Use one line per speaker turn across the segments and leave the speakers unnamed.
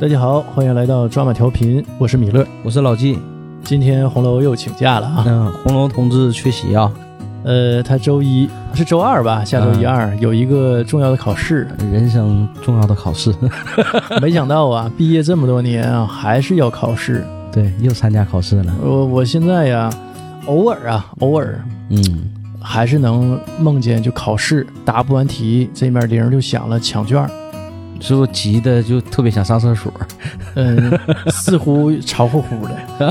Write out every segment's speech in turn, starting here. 大家好，欢迎来到抓马调频，我是米勒。
我是老纪。
今天红楼又请假了 啊，
嗯，红楼同志缺席啊，
呃，他周一是周二吧，下周一
嗯
二有一个重要的考试，
人生重要的考试。
没想到啊，毕业这么多年啊，还是要考试。
对，又参加考试了。
我我现在呀，偶尔啊，偶尔
嗯，
还是能梦见就考试答不完题，这面铃儿就响了，抢卷儿。
是不是急的就特别想上厕所？
嗯，似乎潮乎乎的，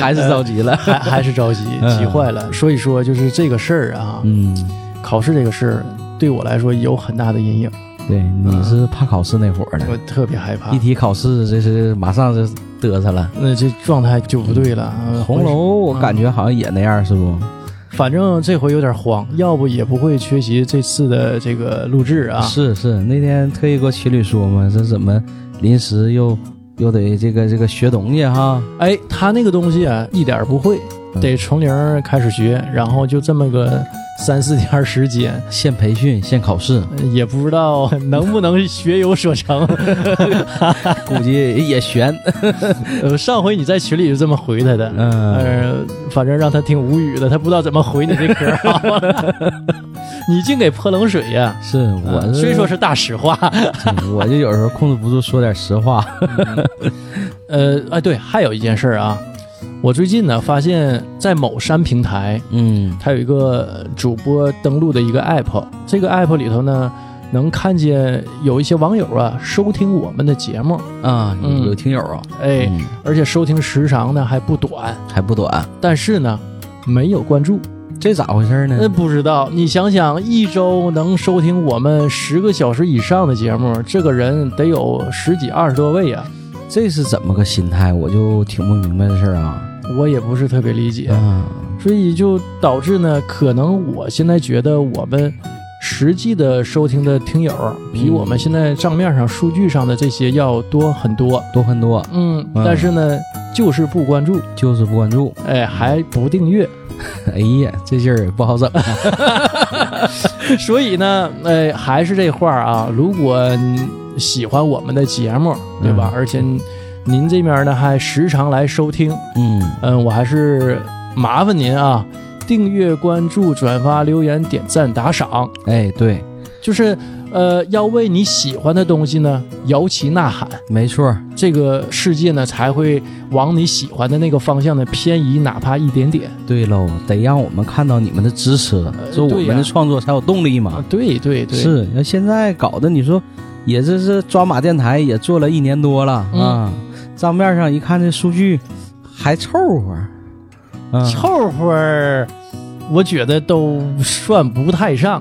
还是着急了？
还还是着急，
嗯
急坏了。所以说，就是这个事儿啊，
嗯，
考试这个事儿对我来说有很大的阴影，
对，你是怕考试那会儿
我
的，
特别害怕
一。提考试，这是马上就嘚瑟了。
那这状态就不对了。呃
红楼，，我感觉好像也那样，是不？
反正这回有点慌，要不也不会缺席这次的这个录制啊。
是是，那天特意给我情侣说嘛，这怎么临时又又得这个这个学东西哈？
哎，他那个东西啊，一点儿不会，
嗯
得从零儿开始学，然后就这么个三四天儿时间，
现培训，现考试，
呃也不知 道能不能学有所成。
估计 也悬。
呃，上回你在群里就这么回他的，
嗯，
呃，反正让他挺无语的，他不知道怎么回你这嗑好 了 你净给泼冷水呀、
是我
啊
是
虽说是大实话，
对 我嗯就有时候控制不住说点实话。
呃，哎，对，还有一件事儿啊，我最近呢发现，在某山平台，
嗯
它有一个呃主播登录的一个 app，这个 app 里头呢，能看见有一些网友啊收听我们的节目，
啊，有
嗯
有听友啊，
哎，
嗯，
而且收听时长呢还不短，
还不短，
但是呢。没有关注，
这咋回事呢
那？不知道。你想想，一周能收听我们十个小时以上的节目，这个人得有十几二十多位啊，
这是怎么个心态？我就挺不明白的事儿啊。
我也不是特别理解。
嗯，
所以就导致呢，可能我现在觉得我们实际的收听的听友比
嗯
我们现在账面上数据上的这些要多很多。
多很多，
嗯，
嗯
但是呢，就是不关注，
就是不关注。
哎，还不订阅，
哎呀，这劲儿也不好整。
所以呢，哎，还是这话儿啊，如果你喜欢我们的节目，对吧？
嗯
而且您这边呢还时常来收听，
嗯，
嗯，我还是麻烦您啊，订阅、关注、转发、留言、点赞、打赏。
哎，对，
就是呃，要为你喜欢的东西呢摇旗呐喊，
没错儿，
这个世界呢才会往你喜欢的那个方向呢偏移，哪怕一点点。
对喽，得让我们看到你们的支持，这我
对呀
们的创作才有动力嘛
啊。，对对对，
是，那现在搞的，你说也这是抓马电台也做了一年多了、
嗯
啊，账面上一看这数据还凑合，啊，
凑合儿，我觉得都算不太上。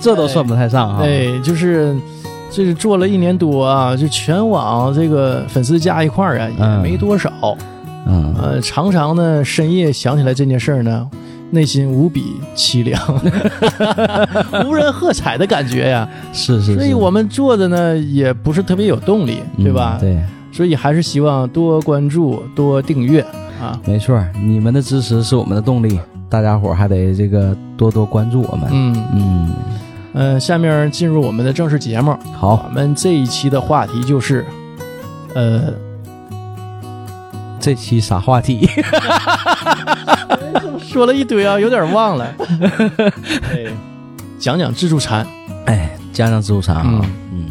这都算不太上啊。
哎，就是。这是做了一年多啊，就全网这个粉丝加一块儿啊，也
嗯
没多少。
嗯，
呃，常常呢深夜想起来这件事儿呢，内心无比凄 凉，无人喝彩的感觉呀。
是是是，
所以我们做的呢也不是特别有动力，
嗯
对吧？
对，
所以还是希望多关注、多订阅啊。
没错儿，你们的支持是我们的动力，大家伙儿还得这个多多关注我们。
嗯
嗯，
嗯、呃下面进入我们的正式节目，我
好，
们这一期的话题就是，呃，
这期啥话题？
说了一堆啊，有点忘 了。哎讲讲自助餐，
哎，家长自助餐啊，嗯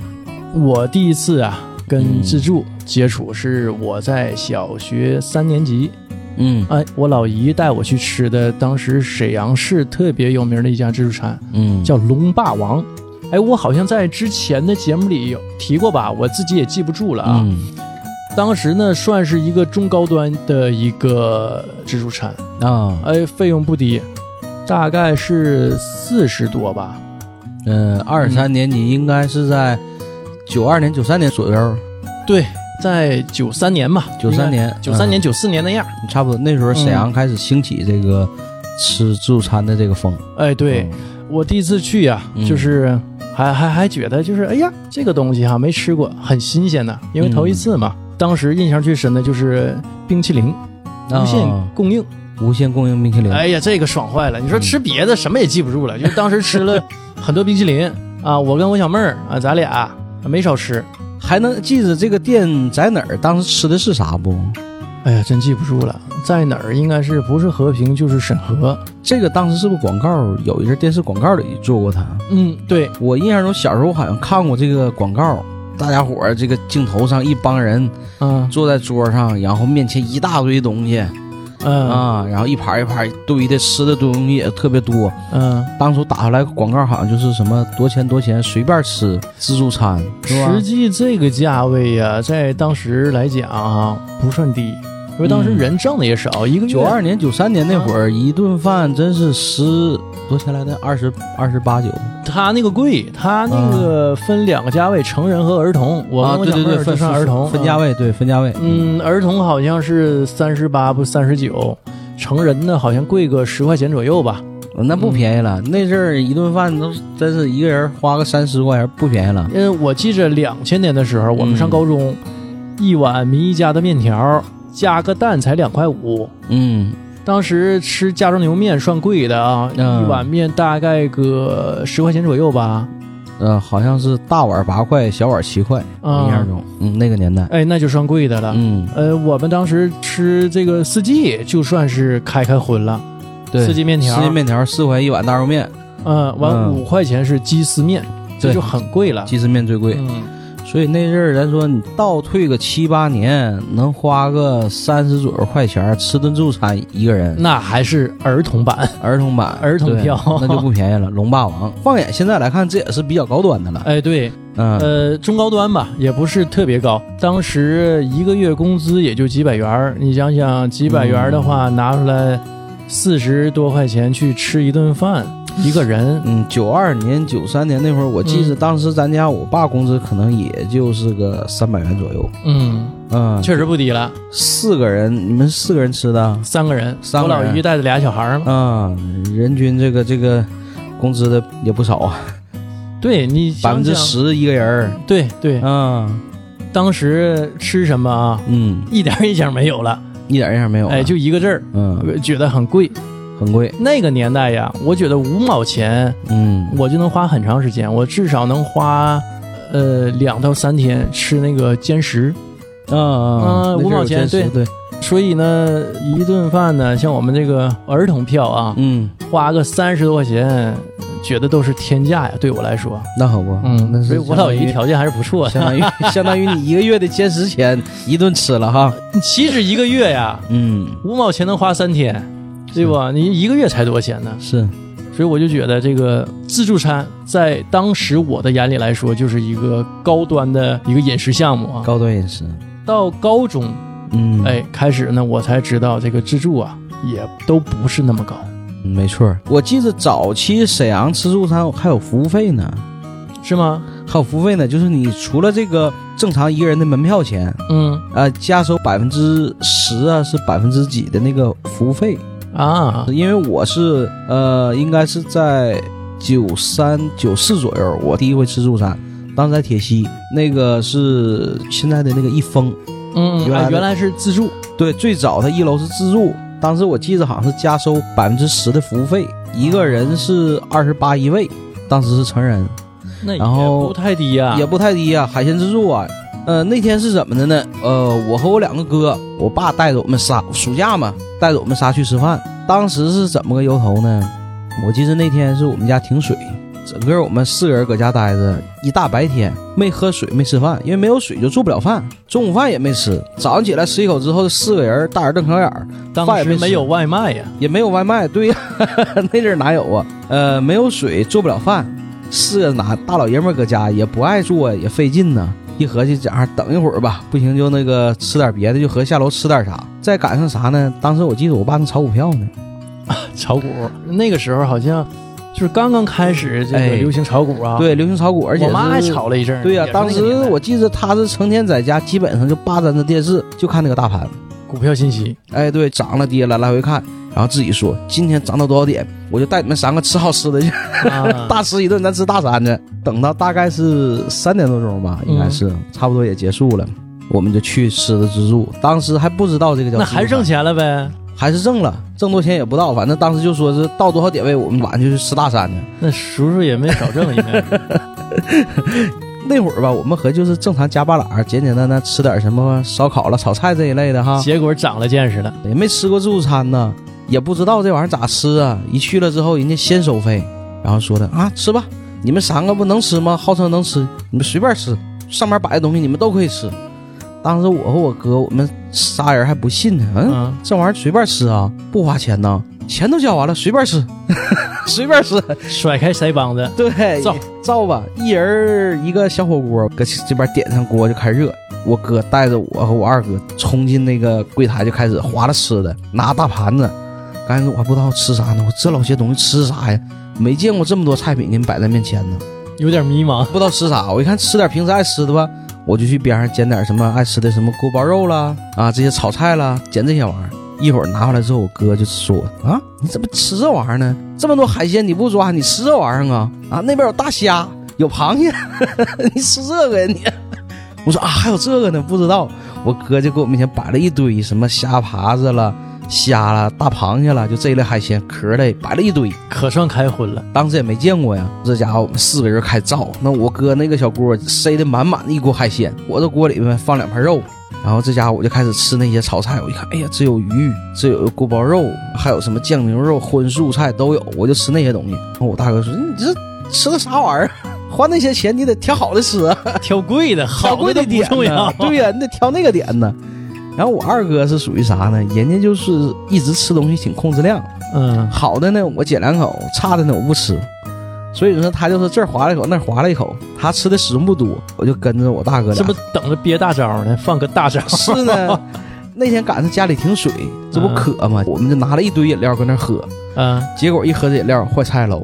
我第一次啊跟
嗯
自助接触是我在小学三年级，
嗯
哎，我老姨带我去吃的，当时沈阳市特别有名的一家自助餐。
嗯，
叫龙霸王。哎，我好像在之前的节目里有提过吧，我自己也记不住了啊。
嗯
当时呢，算是一个中高端的一个自助餐，
啊，
哎，费用不低，大概是四十多吧。
嗯，二三年级应该是在九二年、九三年左右，
对，在九三年吧，
九三年，嗯
九三年、九四年那样。
嗯差不多。那时候沈阳开始兴起这个吃自助餐的这个风。
哎，对、我第一次去呀、
嗯
就是还还还觉得就是哎呀，这个东西哈、没吃过，很新鲜呢，因为
嗯
头一次嘛。当时印象最深的就是冰淇淋
嗯，
无限
啊
供应。
无限供应冰淇淋。
哎呀，这个爽坏了！你说吃别 的什么也记不住了，就当时吃了很多冰淇淋啊，我跟我小妹儿啊，咱俩没少吃。
还能记着这个店在哪儿，当时吃的是啥不？
哎呀，真记不住了，在哪儿？应该是不是和平就是沈河。
这个当时是不是广告？有一阵电视广告里做过它。
嗯，对，
我印象中小时候好像看过这个广告，大家伙儿这个镜头上一帮人
啊，
坐在桌上，然后面前一大堆东西
嗯
啊，然后一盘一盘堆的吃的东西也特别多。
嗯，
当初打出来广告好像就是什么多钱多钱随便吃自助餐，是吧
实？际这个价位呀、在当时来讲啊，不算低，因为当时
嗯
人挣的也少，一个月
九二年、九三年那会
嗯
儿，一顿饭真是十多钱来的，二十二十八九。
他那个贵，他那个分两个价位，成人和儿童。我
啊，
跟我
对
小妹
对
儿
对，
就
分
上儿童，啊
分价
位。
位，对分价位。
嗯，儿童好像是三十八，不三十九。成人呢，好像贵个十块钱左右吧，
嗯，那不便宜了。那阵儿一顿饭都真是一个人花个三十块钱，不便宜了。
因为我记着两千年的时候，我们
嗯
上高中，一碗民一家的面条加个蛋才两块五，
嗯，
当时吃家庄牛面算贵的啊，
嗯
一碗面大概个十块钱左右吧。
呃，好像是大碗八块，小碗七块，
啊
印象中，嗯，那个年代，
哎，那就算贵的了。
嗯，
呃，我们当时吃这个四季，就算是开开荤了。
对，
四季面条
四季面条四块一碗大肉面，
嗯，完
嗯
五块钱是鸡丝面，这
对
就很贵了。
鸡丝面最贵。
嗯，
所以那阵儿咱说，你倒退个七八年，能花个三十左右块钱吃顿自助餐，一个人，
那还是儿童版。
儿童版
嗯儿童
对
票
那就不便宜了。龙霸王，放眼现在来看，这也是比较高端的了。
哎，对，
嗯，
呃，中高端吧，也不是特别高。当时一个月工资也就几百元儿，你想想，几百元儿的话，拿出来四十多块钱去吃一顿饭，一个人。
嗯，九二年、九三年那会儿，我记着当时咱家我爸工资可能也就是个三百元左右。
嗯，
嗯，
确实不低了，
四个人，你们四个人吃的？
三个人，
三
我
个人
老姨带着俩小孩儿嘛。
嗯，人均这个这个工资的也不少啊，
对你
百
想
分之
想，
十一个人儿。
对对，
嗯
当时吃什么啊，
嗯，
一点儿影响没有了，
一点印象没有啊。
哎，就一个字儿，
嗯，
觉得很贵。
很贵。
那个年代呀，我觉得五毛钱
嗯，
我就能花很长时间，我至少能花。呃，两到三天吃那个煎食，
嗯嗯，
嗯五毛钱
那阵儿有兼职对，
所以呢，一顿饭呢，像我们这个儿童票啊，
嗯，
花个三十多块钱，觉得都是天价呀，对我来说。
那好不，嗯那
所
是
以我老姨
一条。
条件啊还是不错
相当
的。
于相当于你一个月的兼职钱一顿吃了哈。
其实一个月呀，
嗯，
五毛钱能花三天，对不？你一个月才多少钱呢？
是，
所以我就觉得这个自助餐在当时我的眼里来说，就是一个高端的一个饮食项目啊。
高端饮食。
到高中，
嗯，，
哎，开始呢，我才知道这个自助啊，也都不是那么高，
没错儿。我记得早期沈阳吃自助餐还有服务费呢，
是吗？
还有服务费呢，就是你除了这个正常一个人的门票钱，
嗯
啊，加收百分之十啊，是百分之几的那个服务费？
啊，
因为我是呃，应该是在九三九四左右，我第一回吃自助餐。当时在铁西，那个是现在的那个一丰，
嗯，
原来
哎
的
原来是自助，
对，最早它一楼是自助，当时我记着好像是加收百分之十的服务费，一个人是二十八一位，当时是成人，
那也
然后
不太低呀、
也不太低啊，海鲜自助啊。呃，那天是怎么的呢？呃，我和我两个哥，我爸带着我们仨，暑假嘛，带着我们仨去吃饭。当时是怎么个由头呢？我记得那天是我们家停水，整个我们四个人搁家待着，一大白天没喝水没吃饭，因为没有水就做不了饭，中午饭也没吃。早上起来吃一口之后，四个人大眼瞪小眼儿，
当
饭也
时
没吃
没有外卖呀，
也没有外卖，对呀、 那阵儿哪有啊？呃，没有水，做不了饭，是个哪大老爷们儿搁家也不爱做，也费劲呢。一合计，这样等一会儿吧，不行就那个吃点别的，就合计下楼吃点啥。再赶上啥呢？当时我记得我爸正炒股票呢，
炒股那个时候好像就是刚刚开始这
哎
个流行炒股啊，，
对，流行炒股，而且
我妈
是
还炒了一阵儿，
对呀、
也是那个
当时
年代
我记得他是成天在家，基本上就霸占着电视，就看那个大盘。
股票信 息，
哎，对，涨了跌了，来回看，然后自己说今天涨到多少点，我就带你们三个吃好吃的去。
啊
大吃一顿，咱吃大餐去。等到大概是三点多钟吧，应
嗯
该是、差不多也结束了，我们就去吃的自助。当时还不知道这个叫
那
自助餐
还挣，钱了呗？
还是挣了，挣多钱也不到，反正当时就说是到多少点位，我们晚上就去吃大餐去。
那叔叔也没少挣，应该是
那会儿吧，我们和就是正常加半拉，简简单单吃点什么烧烤了、炒菜这一类的哈，
结果长了见识了，
也没吃过自助餐呢，也不知道这玩意儿咋吃啊。一去了之后，人家先收费，然后说的啊，吃吧，你们三个不能吃吗？号称能吃，你们随便吃，上面摆的东西你们都可以吃。当时我和我哥，我们仨人还不信呢，嗯，
嗯，
这玩意儿随便吃啊，不花钱呐，钱都交完了，随便吃， 随便吃，
甩开腮帮子，
对，
造
造吧，一人儿一个小火锅，搁这边点上锅就开始热。我哥带着我和我二哥冲进那个柜台就开始划拉吃的，拿大盘子。刚开始我还不知道吃啥呢，我这老些东西吃啥呀？没见过这么多菜品给你摆在面前呢，
有点迷茫，
不知道吃啥。我一看吃点平时爱吃的吧，我就去边上捡点什么爱吃的什么锅包肉啦啊这些炒菜啦，捡这些玩意儿。一会儿拿回来之后，我哥就说我啊，你怎么吃这玩意儿呢？这么多海鲜你不抓，你吃这玩意儿啊？啊，那边有大虾，有螃蟹， 你吃这个呀你？我说啊，还有这个呢，不知道。我哥就给我面前摆了一堆什么虾爬子了、虾啦、大螃蟹啦，就这一类海鲜壳类摆了一堆。
可算开荤了，
当时也没见过呀。这家伙，我们四个人开造，那我哥那个小锅塞的满满的一锅海鲜，我这锅里面放两盘肉，然后这家伙我就开始吃那些炒菜。我一看，哎呀，这有鱼，这有锅包肉，还有什么酱牛肉、荤素菜都有，我就吃那些东西。然后我大哥说：“你这吃的啥玩意儿？ 花那些钱你得挑好的吃啊，
挑贵的，好
挑贵
的都
的
不
点
重
呢
要，。
对呀、你得挑那个点呢。”然后我二哥是属于啥呢？人家就是一直吃东西挺控制量。
嗯，
好的呢我解两口，差的呢我不吃。所以说他就是这儿划了一口，那儿划了一口，他吃的始终不多，我就跟着我大哥俩。
这不等着憋大招呢，放个大招，
是呢？那天赶上家里停水，这不渴吗？我们就拿了一堆饮料搁那儿喝，
嗯，
结果一喝这饮料坏菜喽，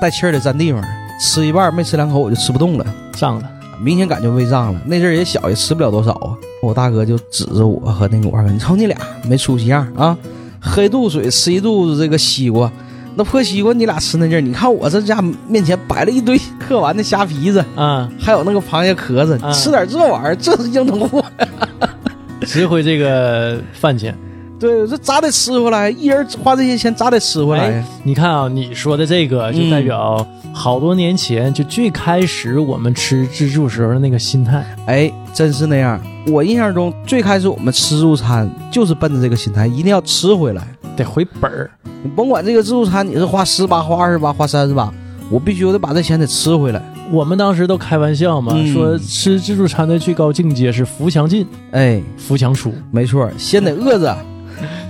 带气儿的占地方，吃一半没吃两口我就吃不动了。
胀了，
明显感觉胃胀了。那阵儿也小，也吃不了多少啊。我大哥就指着我和那个我二哥，你瞅你俩没出息样啊，喝一肚子水，吃一肚子这个西瓜，那破西瓜你俩吃那劲儿，你看我这家面前摆了一堆嗑完的虾皮子，
啊，
还有那个螃蟹壳子，
嗯
你吃点这玩意儿，这是硬通货。
值回这个饭钱。
对，我说咋得吃回来？一人花这些钱咋得吃回来呀？
你看啊，你说的这个
嗯
就代表好多年前，就最开始我们吃自助时候的那个心态。
哎，真是那样。我印象中最开始我们吃自助餐就是奔着这个心态，一定要吃回来。
得回本儿，
你甭管这个自助餐你是花十八、花二十八、花三十八，我必须我得把这钱得吃回来。
我们当时都开玩笑嘛，
嗯
说吃自助餐的最高境界是扶墙进，
哎，
扶墙出，
没错，先得饿着，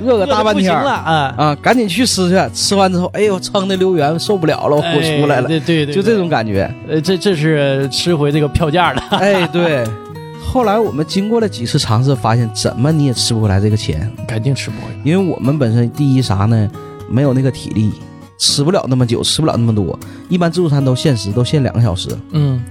饿个大
饿得
半天
不行了
儿
啊，
啊，赶紧去吃去。吃完之后，哎呦，撑的溜圆，受不了了，我出来
哎
了，
对对对，
就这
对，
种感觉。
呃，这这是吃回这个票价了，
哎，对。后来我们经过了几次尝试，发现怎么你也吃不回来这个钱，
肯定吃不回来。
因为我们本身第一啥呢，没有那个体力，吃不了那么久，吃不了那么多。一般自助餐都限时，都限两个小时，
嗯，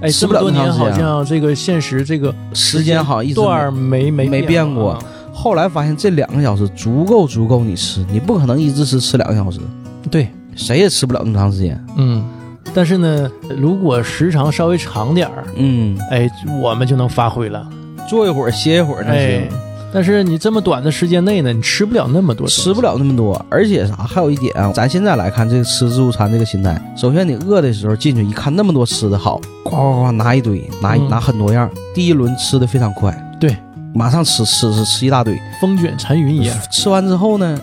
哎，
吃
这
不
么
了
多
那么
年
长时
好
间
像这个现实这个
时间好像一直没
段儿没没
没变过
啊
后来发现这两个小时足够足够你吃，你不可能一直吃吃两个小时，
对，
谁也吃不了那么长时间。
嗯，但是呢，如果时长稍微长点儿，
嗯，
哎，我们就能发挥了。
坐一会儿歇一会儿那
哎
行，，
但是你这么短的时间内呢，你吃不了那么多东西，
吃不了那么多。而且啥，还有一点啊，咱现在来看这个吃自助餐这个心态，首先你饿的时候进去一看那么多吃的好，呱呱呱拿一堆，拿一、
嗯
拿很多样。第一轮吃的非常快，
对，
马上吃吃吃吃一大堆，
风卷残云一样。
吃完之后呢，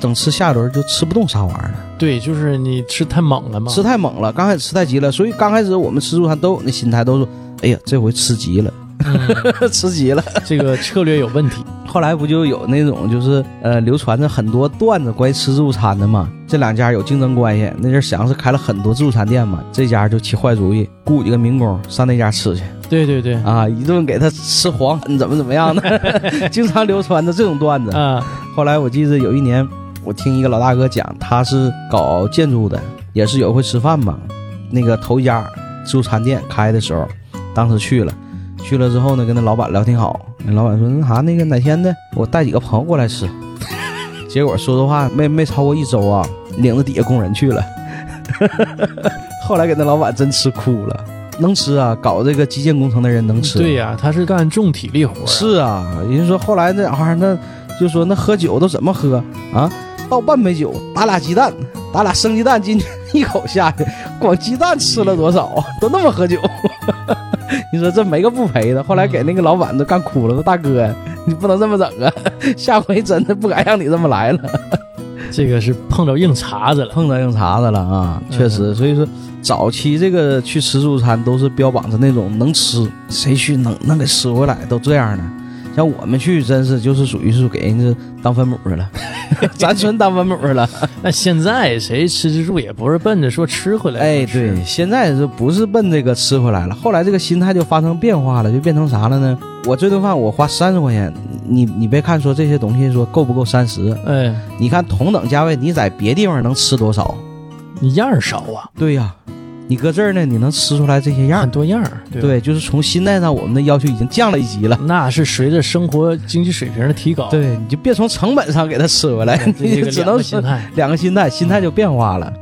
等吃下一轮就吃不动啥玩意儿了。
对，就是你吃太猛了嘛。
吃太猛了，刚开始吃太急了，所以刚开始我们吃自助餐都有那心态，都说：“哎呀，这回吃急了，
嗯
吃急了。
这个策略有问题。”
后来不就有那种就是呃，流传着很多段子关于吃自助餐的嘛？这两家有竞争关系，那阵儿沈阳市开了很多自助餐店嘛，这家就起坏主意，雇几个民工上那家吃去
对对对，
啊，一顿给他吃黄，怎么怎么样的， 经常流传着这种段子。
啊，
后来我记得有一年，我听一个老大哥讲，他是搞建筑的，也是有一回吃饭嘛，那个头一家自助餐店开的时候，当时去了，去了之后呢，跟那老板聊挺好，那老板说那啥那个哪天呢，我带几个朋友过来吃，结果说实话没没超过一周啊，领着底下工人去了， 后来给那老板真吃哭了，能吃啊，搞这个基建工程的人能吃，
对呀、他是干重体力活、啊。
是啊，人家说后来啊那玩意儿，那就说那喝酒都怎么喝啊？倒半杯酒，打俩鸡蛋，咱俩生鸡蛋进去一口下去，光鸡蛋吃了多少 啊？都那么喝酒，你说这没个不赔的。后来给那个老板都干哭了，说大哥，你不能这么整啊，下回真的不敢让你这么来了。
这个是碰着硬茬子了。
碰到硬茬子了啊，确实。所以说，早期这个去吃自助餐都是标榜着那种能吃，谁去能能给吃回来都这样的。像我们去，真是就是属于是给人家当分母去 了，咱纯当分母去了。
那现在谁吃自助也不是奔着说吃回来，
哎， 对，，现在是不是奔这个吃回来了？后来这个心态就发生变化了，就变成啥了呢？我这顿饭我花三十块钱，你你别看说这些东西说够不够三十，
哎，
你看同等价位你在别地方能吃多少？
你样儿少啊，
对呀、你搁这儿呢，你能吃出来这些样儿
很。多样儿，对吧
对，啊就是从心态上，我们的要求已经降了一级了。
那是随着生活经济水平的提高，
对，你就别从成本上给他吃回来，
这
你
个
只
两
能
个心态。
两个心态，心态就变化了。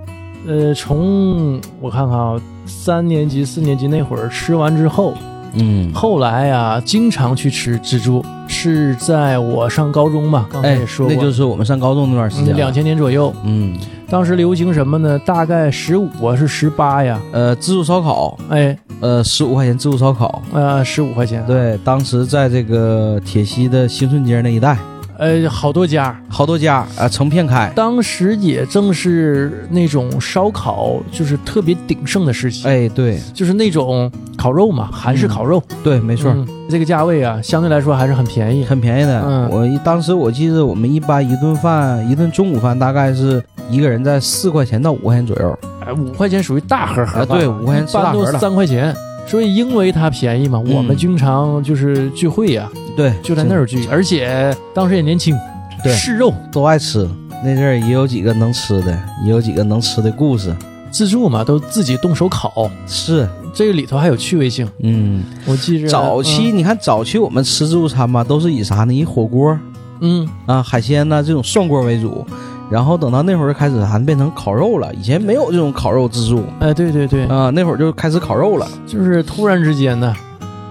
呃，从我看看啊，三年级、四年级那会儿吃完之后，
嗯，
后来啊，经常去吃自助，是在我上高中吧，刚才
哎
也，说
那
过，嗯
就是我们上高中那段时间
两
了。
千年左右，
嗯，
当时流行什么呢？大概十五啊，是十八呀，
呃，自助烧烤，
哎，
呃，十五块钱自助烧烤。
呃，十五块钱，，
对，当时在这个铁西的兴顺街那一带，
呃，好多家，
好多家啊、成片开。
当时也正是那种烧烤就是特别鼎盛的时期，
哎，对
就是那种烤肉嘛，韩式烤肉，
对，嗯没错，
嗯这个价位啊，相对来说还是很便宜。
很便宜的。
嗯
我一当时我记得我们一般一顿饭，一顿中午饭大概是一个人在四块钱到五块钱左右。
哎，五块钱属于大盒盒
啊，
吧，
对，五块钱
一
吃
般
大
都
盒了。
三块钱。所以因为它便宜嘛，
嗯
我们经常就是聚会呀、
对，
就在那儿聚，而且当时也年轻，
对
试肉
都爱吃。那阵儿也有几个能吃的，也有几个能吃的故事。
自助嘛，都自己动手烤，
是，
这个里头还有趣味性。
嗯，
我记着
早期、你看，早期我们吃自助餐吧，都是以啥呢？以火锅
嗯，嗯，
啊、海鲜呐、这种涮锅为主。然后等到那会儿开始，还变成烤肉了。以前没有这种烤肉自助
哎，对对对，
啊、那会儿就开始烤肉了。
就是突然之间呢，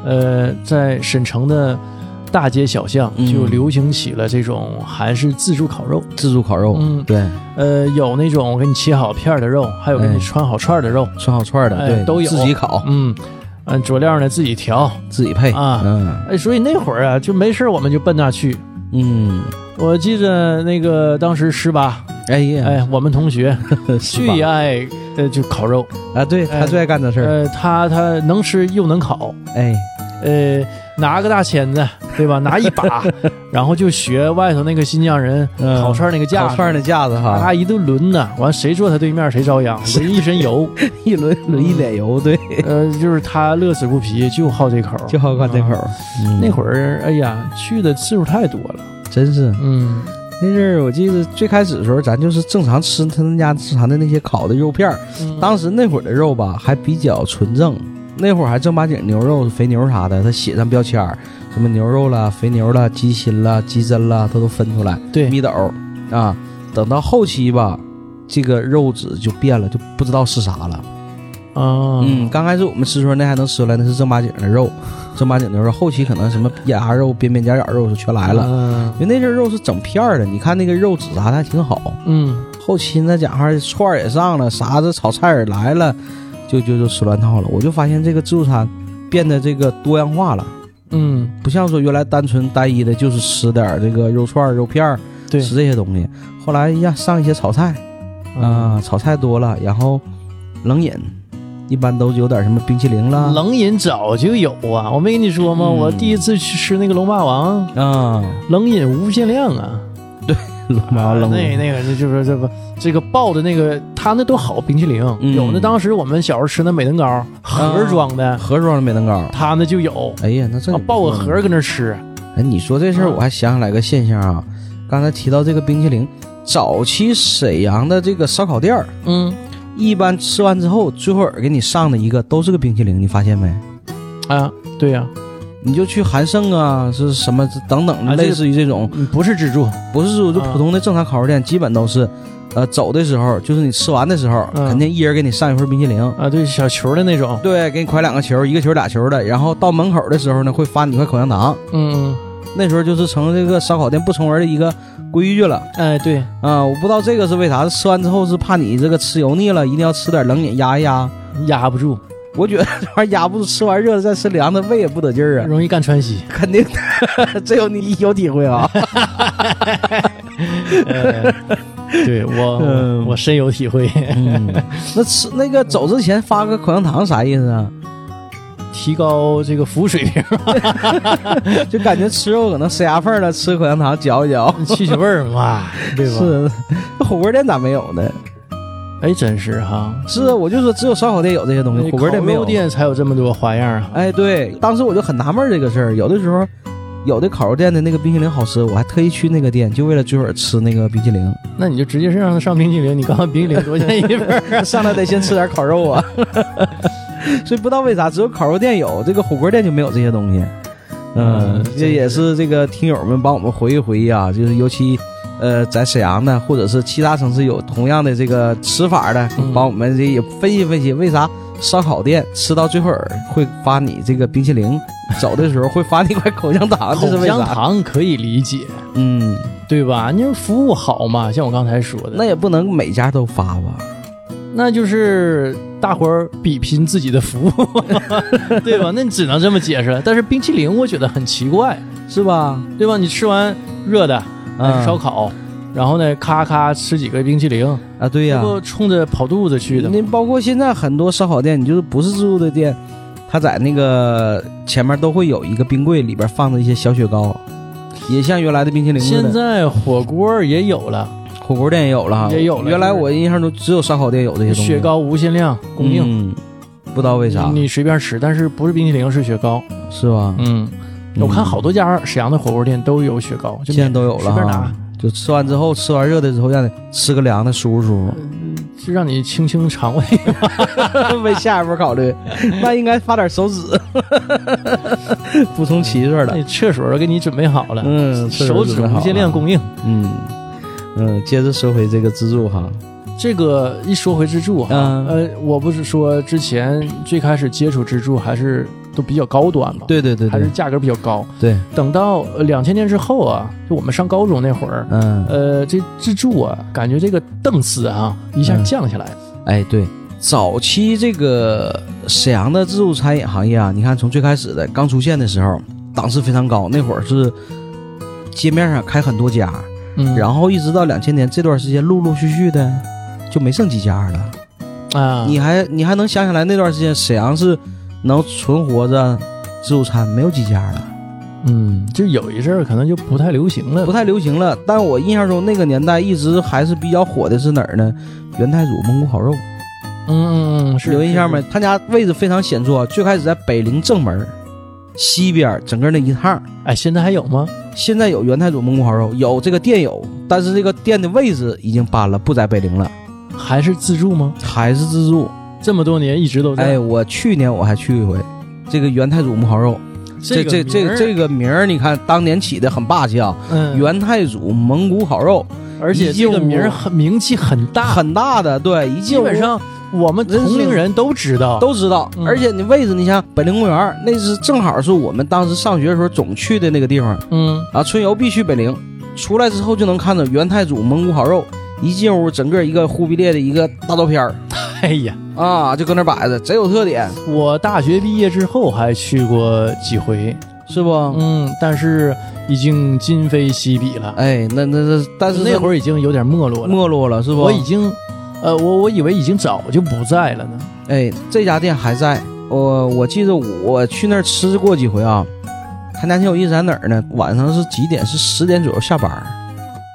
呃，在沈城的大街小巷
嗯
就流行起了这种韩式自助烤肉。
自助烤肉，
嗯，
对，
呃，有那种给你切好片儿的肉，还有给
哎
你穿好串儿的肉。
串好串的，
哎
对，
都有
自己烤，
嗯，嗯，佐料呢自己调。
自己配
啊
嗯
哎，所以那会儿啊，就没事儿我们就奔那去。
嗯，
我记得那个当时十八，
哎呀，
哎，我们同学
是吧
最爱呃就烤肉，
啊，对他
哎
最爱干这事儿，
呃，他他能吃又能烤，
哎，
呃，拿个大钳子，对吧？拿一 把，然后就学外头那个新疆人
嗯
烤串那个架
烤
子，啊
串的架子啊哈，
他一顿抡呐，完谁坐他对面谁遭殃，
是
淋一身油。
一轮轮一脸油，对，
呃，就是他乐此不疲，就好这口，
就好干这口
啊
儿。嗯
那会儿，哎呀，去的次数太多了。
真是
嗯，
那阵儿，我记得最开始的时候，咱就是正常吃他们家正常的那些烤的肉片儿。
嗯
当时那会儿的肉吧，还比较纯正，那会儿还正八经牛肉、肥牛啥的，他写上标签儿，什么牛肉啦、肥牛啦、鸡心啦、鸡胗啦，他都分出来。
对
米斗儿啊，等到后期吧，这个肉质就变了，就不知道是啥了。
啊，
嗯，刚开始我们吃的时候那还能吃出来，那是正八经的肉，正八经牛肉。后期可能什么眼牙肉、边边角角肉就全来了。
了
因为那阵儿肉是整片儿的，你看那个肉质啊啥的还挺好。
嗯，
后期那家伙串儿也上了，啥子炒菜儿也来了，就就就吃乱套了。我就发现这个自助餐变得这个多样化了，
嗯，
不像说原来单纯单一的，就是吃点儿这个肉串儿、肉片儿，
对
吃这些东西。后来呀，上一些炒菜啊、
啊，
炒菜多了，然后冷饮，一般都有点什么冰淇淋啦，
冷饮早就有啊，我没跟你说吗？
嗯
我第一次去吃那个龙霸王，
啊，
冷饮无限量啊！
冷
啊，
冷
那那个就是这不这个爆的那个，它那都好冰淇淋，
嗯
有那当时我们小时候吃那美登糕盒装的，
盒装的美登糕。
它那就有，
哎呀，那这
啊
你
爆个
说
盒儿搁啊那吃，
哎，你说这事儿，我还想起来个现象啊。刚才提到这个冰淇淋，早期沈阳的这个烧烤店儿，
嗯
一般吃完之后，最后给你上的一个都是个冰淇淋，你发现没？
啊，对呀，
你就去韩盛啊，是什么等等
啊，这个
类似于这种，
嗯不是自助，
不是说就
啊
普通的正常烤肉店，基本都是，呃，走的时候就是你吃完的时候，
嗯
肯定一人给你上一份冰淇淋。
啊，对小球的那种，
对，给你㧟两个球，一个球俩球的，然后到门口的时候呢，会发你一块口香糖，
嗯，嗯
那时候就是成这个烧烤店不成文的一个规矩了
哎，对，
啊、我不知道这个是为啥，吃完之后是怕你这个吃油腻了，一定要吃点冷饮压一压。
压不住，
我觉得这玩意儿压不住，吃完热的再吃凉的，胃也不得劲儿啊，
容易干川 西。
肯定的， 这有你有体会啊。
呃、对我
嗯，
我深有体会。
嗯， 那吃那个走之前发个口香糖啥意思啊？
提高这个服务水平，
就感觉吃肉可能塞牙缝儿了，吃口香糖嚼一嚼。
去去味儿嘛，对吧？，
是，那火锅店咋没有呢？
哎，真是哈，
是啊，我就说只有烧烤店有这些东西，火锅店没
嗯烤肉
有。啊
店才有这么多花样啊。
哎，对，当时我就很纳闷儿这个事儿。有的时候，有的烤肉店的那个冰淇淋好吃，我还特意去那个店，就为了追会儿吃那个冰淇淋。？
那你就直接是让他上冰淇淋，你告诉冰淇淋多少钱一份儿 啊
上来得先吃点烤肉 啊。所以不知道为啥，只有烤肉店有，这个火锅店就没有这些东西。嗯
嗯，
这也是这个听友们帮我们回忆回忆啊，就是尤其呃在沈阳的，或者是其他城市有同样的这个吃法的
嗯，
帮我们这也分析分析，为啥烧烤店吃到最后儿会发你这个冰 淇淋，走的时候会发你一块口香糖，这是
口
为
香
啥？
糖可以理解，
嗯，
对吧？你说服务好嘛，像我刚才说的，
那也不能每家都发吧。
那就是大伙儿比拼自己的服务， 对吧？那你只能这么解释。但是冰淇淋我觉得很奇怪，
是吧？
对吧？你吃完热的、
嗯
烧烤，然后呢，咔咔吃几个冰淇淋，
啊，对
这
呀、
不冲着跑肚子去的吗？
那包括现在很多烧烤店，你就是不是自助的店，它在那个前面都会有一个冰柜，里边放着一些小雪糕，也像原来的冰淇淋似
现
的。
在火锅儿也有了，
火锅店也有了哈，
也有了
原来我印象中只有烧烤店有这些东西。
雪糕无限量供应，
嗯，不知道为啥，
你随便吃，但是不是冰淇淋是雪糕。
是吧？
嗯，我看好
多
多家沈阳的火锅店都有雪糕，就
现在都有
随
了
便
哈
拿，，
就吃完之后，吃完热的之后，让你吃个凉的，舒服舒
就让你清清肠胃。
服。为下一步考虑，那应该发点手指，补充齐顺了。
那厕所都给你准备好了，
嗯，
哎手指无限量
供。
供应。
嗯嗯，接着说回这个自助哈，
这个一说回自助哈，
嗯
呃，我不是说之前最开始接触自助还是都比较高端嘛，，
对对对
还是
对
价格比较高。
对，
等到呃两千年之后啊，就我们上高中那会儿，
嗯，
呃，这自助啊，感觉这个档次啊一
嗯
下降下来了。
哎对，早期这个沈阳的自助餐饮行业啊，你看从最开始的刚出现的时候，档次非常高，那会儿是街面上开很多家，
嗯，
然后一直到两千年这段时间，陆陆续续的就没剩几家了。
啊，
你还你还能想起来那段时间沈阳是能存活着自助餐没有几家了。
嗯，就有一阵儿可能就不太流行了
不。太流行了。但我印象中那个年代一直还是比较火的是哪儿呢？元太祖蒙古烤肉，
嗯嗯嗯，是
有印象没
是？
他家位置非常显著啊，最开始在北陵正门西边整个那一趟。
哎，现在还有吗？
现在有元太祖蒙古烤肉，有这个店有，但是这个店的位置已经搬了，不在北陵了，
还是自助吗？
还是自助。
这么多年一直都在。
哎，我去年我还去一回，这个元太祖蒙古烤肉，这
个
这
名
这
儿
这个名儿，你看当年起的很霸气啊，
嗯，
元太祖蒙古烤肉，
而且这个名儿很名气很大，
很大的，对，一
基
进屋
本上我们同龄人都知道。
都知道，
嗯
而且你位置，你像北陵公园儿，那是正好是我们当时上学的时候总去的那个地方
嗯，
啊。春游必去北陵，出来之后就能看到元太祖蒙古烤肉，一进屋整个一个忽必烈的一个大照片儿
哎呀，
啊，就搁那摆着，贼有特点，
我大学毕业之后还去过几回，
是不？
嗯，但是已经今非昔比了，
哎，那那那，但是
那会
儿
儿已经有点没落了。
没落了，是不
我？已经，呃，我我以为已经早就不在了呢。
哎，这家店还在，我我记得我去那儿吃过几回啊。他家挺有意思，在哪儿呢？晚上是几点？是十点左右下班儿。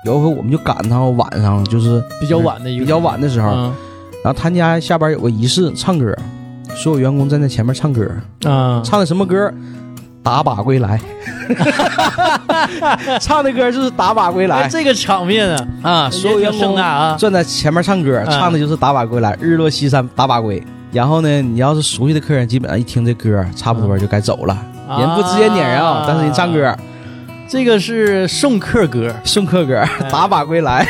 有一回我们就赶到晚上，就是
比较晚的一个
嗯比较晚的时候，
啊
然后他家下边有个仪式唱歌，所有员工站在前面唱歌，
啊，
唱的什么歌？打靶归来， 唱的歌就是打靶归
哎
来
这个场面啊，
啊！所有
也
员
挺盛
工
大啊，
站在前面唱歌，
嗯
唱的就是打靶归来，日落西山打靶归。然后呢，你要是熟悉的客人，基本上一听这歌，差不多就该走了。人不直接撵人嗯啊，但是人唱歌，
这个是送客歌，
送客歌，打靶归来。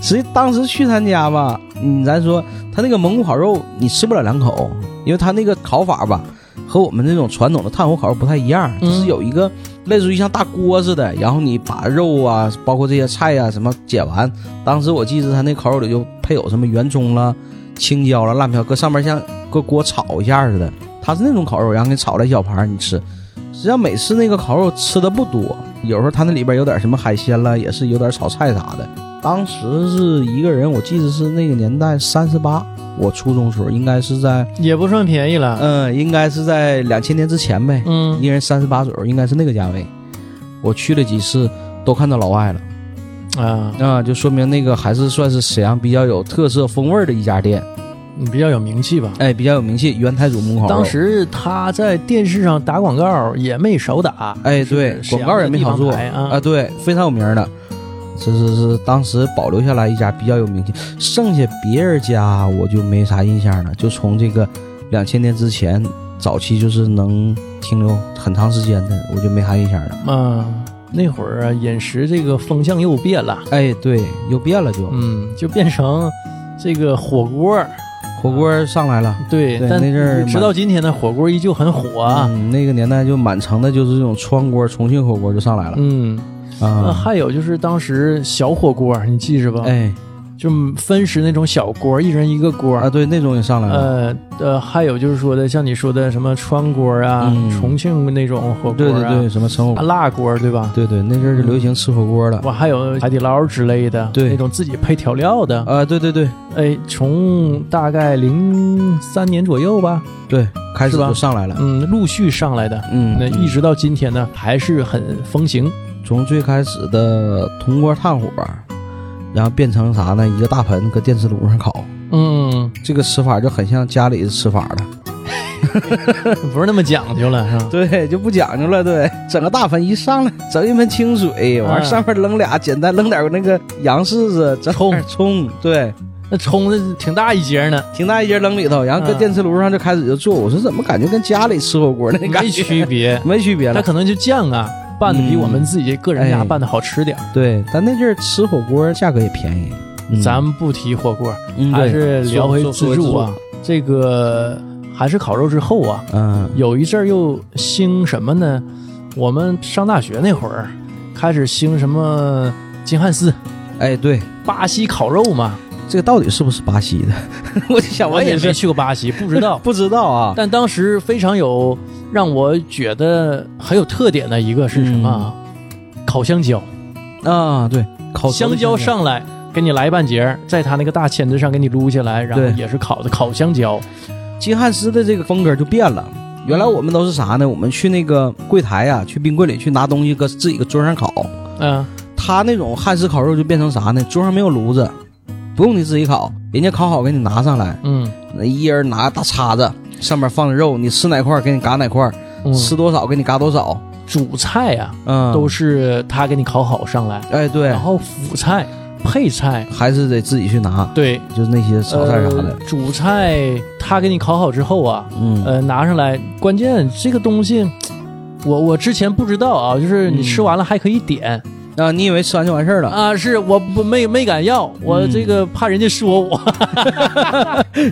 实际当时去他家吧，嗯，咱说他那个蒙古烤肉你吃不了两口，因为他那个烤法吧，和我们这种传统的炭火烤肉不太一样，
嗯
就是有一个类似于像大锅似的，然后你把肉啊，包括这些菜啊什么解完，当时我记得他那烤肉里就配有什么圆葱啦、青椒啦、辣椒，搁上面像搁锅炒一下似的，它是那种烤肉，然后给你炒了一小盘儿你吃。实际上每次那个烤肉吃的不多，有时候它那里边有点什么海鲜了，也是有点炒菜啥的。当时是一个人，我记得是那个年代三十八，我初中时候应该是在
也不算便宜了。
嗯，应该是在两千年之前呗，
嗯
一人三十八左右，应该是那个价位。我去了几次，都看到老外了，
啊，
啊、就说明那个还是算是沈阳比较有特色风味儿的一家店，
你比较有名气吧？
哎，比较有名气。原台祖母烤肉，
当时他在电视上打广告也没少打，
哎
就是
对
沈阳
广告也没少做
的地方牌
啊，
啊。
对，非常有名的，这是是当时保留下来一家比较有名气。剩下别人家我就没啥印象了，就从这个两千年之前早期，就是能停留很长时间的，我就没啥印象了。
嗯，那会儿啊，饮食这个风向又变了，
哎，对，又变了就，
嗯，就变成这个火锅。
火锅上来了。
对，
对
但
那阵儿
直到今天呢，火锅依旧很火啊。
嗯，那个年代就满城的就是这种川锅、重庆火锅就上来了
嗯，那
啊。
还有就是当时小火锅，你记着吧？
哎
就分食那种小锅，一人一个锅。
啊，对，那种也上来了。
呃呃，还有就是说的，像你说的什么川锅啊、
嗯
重庆那种火锅啊、
对对对，什么城火
啊
锅？
辣锅对吧？
对对，那阵儿就流行吃火锅了。
我还有海底捞之类的，
嗯对
那种自己配调料的。
啊，对对对
哎，从大概零三年左右吧，
对，开始
是吧
就上来了。
嗯，陆续上来的。
嗯，
那一直到今天呢，还是很风行。
从最开始的铜锅炭火，然后变成啥呢？一个大盆搁电磁炉上烤，
嗯，
这个吃法就很像家里的吃法了。
不是那么讲究了，是吧？
对，就不讲究了。对，整个大盆一上来，整一盆清水，完、
嗯
上面扔俩简单，扔点那个洋柿子，整点葱，对，
那冲的挺大一截呢，
挺大一截扔里头，然后搁
嗯
电磁炉上就开始就做。我说怎么感觉跟家里吃火锅那感
没
觉
区 别。
没区别
他
了？
可能就酱啊拌的比
嗯
我们自己个人家
哎
拌的好吃点儿。
对，但那阵儿吃火锅价格也便宜，嗯、
咱们不提火锅，
嗯
还
对
是聊回自助啊。这个韩式烤肉之后啊，
嗯
有一阵儿又兴什么呢？我们上大学那会儿开始兴什么金汉斯、
哎对，
巴西烤肉嘛。
这个到底是不是巴西的？ 我就想
哎我
问
也
你
没
是
去过巴西，不知 道。
不知道啊？
但当时非常有让我觉得很有特点的一个是什么啊？烤香蕉，
啊对，烤熟
香
的
蕉上来给你来半截儿，在他那个大签子上给你撸下来，然后
对
也是烤的烤香蕉。
金汉斯的这个风格就变了。原来我们都是啥呢？我们去那个柜台呀、去冰柜里去拿东西，搁自己搁桌上烤。
嗯，
他那种汉斯烤肉就变成啥呢？桌上没有炉子，不用你自己烤，人家烤好给你拿上来，
嗯
那一人拿大叉子，上面放着肉，你吃哪块儿给你嘎哪块儿，
嗯，
吃多少给你嘎多少。
主菜啊，
嗯，
都
是
是他给你烤好上来，
哎对
然，后辅菜、配菜，
还是得自己去拿，
对，
就是那些炒菜啥的
呃。主菜他给你烤好之后啊，
嗯，
呃，拿上来，关键这个东西，我我之前不知道啊，就是你
嗯
吃完了还可以点、
啊，你以为吃完就完事儿了？
啊，是我不没没敢要，我
嗯
这个怕人家说我、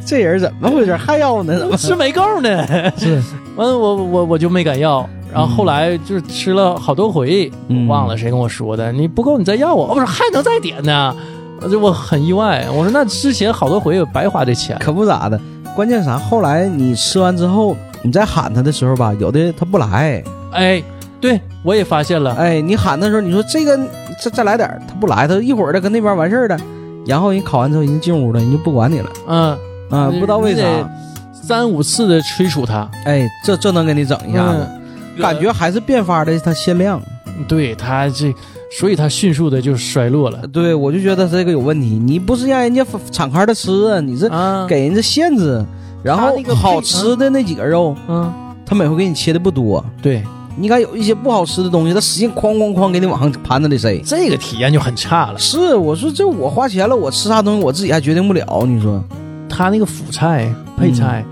这人怎么回事？还要呢？怎 么？
吃没够呢，
是，
完了我我我就没敢要，然后
嗯
后来就是吃了好多回，
嗯
我忘了谁跟我说的，你不够你再要我，我说还能再点呢。我就我很意外，我说那之前好多回也白花这钱，
可不咋的。关键啥？后来你吃完之后，你再喊他的时候吧，有的他不来。
哎，对我也发现了，
哎，你喊他的时候，你说这个再再来点儿，他不来，他一会儿再跟那边完事儿了。然后人烤完之后，人家进屋了，人就不管你了
嗯，
啊，
你
不知道为啥
你。得三五次的催促他，
哎，这这能给你整一下子，
嗯
感觉还是变法的，他限量。
对他这，所以他迅速的就衰落了
对，我就觉得这个有问题。你不是让人家敞开的吃啊，你这
啊，
给人家限制。然
他
后
那个配
好吃的那几个肉，
嗯，
他每回给你切的不多，
对，
你看有一些不好吃的东西，他使劲哐哐哐给你往上盘子里塞。
这个体验就很差了。
是，我说这我花钱了，我吃啥东西我自己还决定不了，你说
他那个辅菜配菜、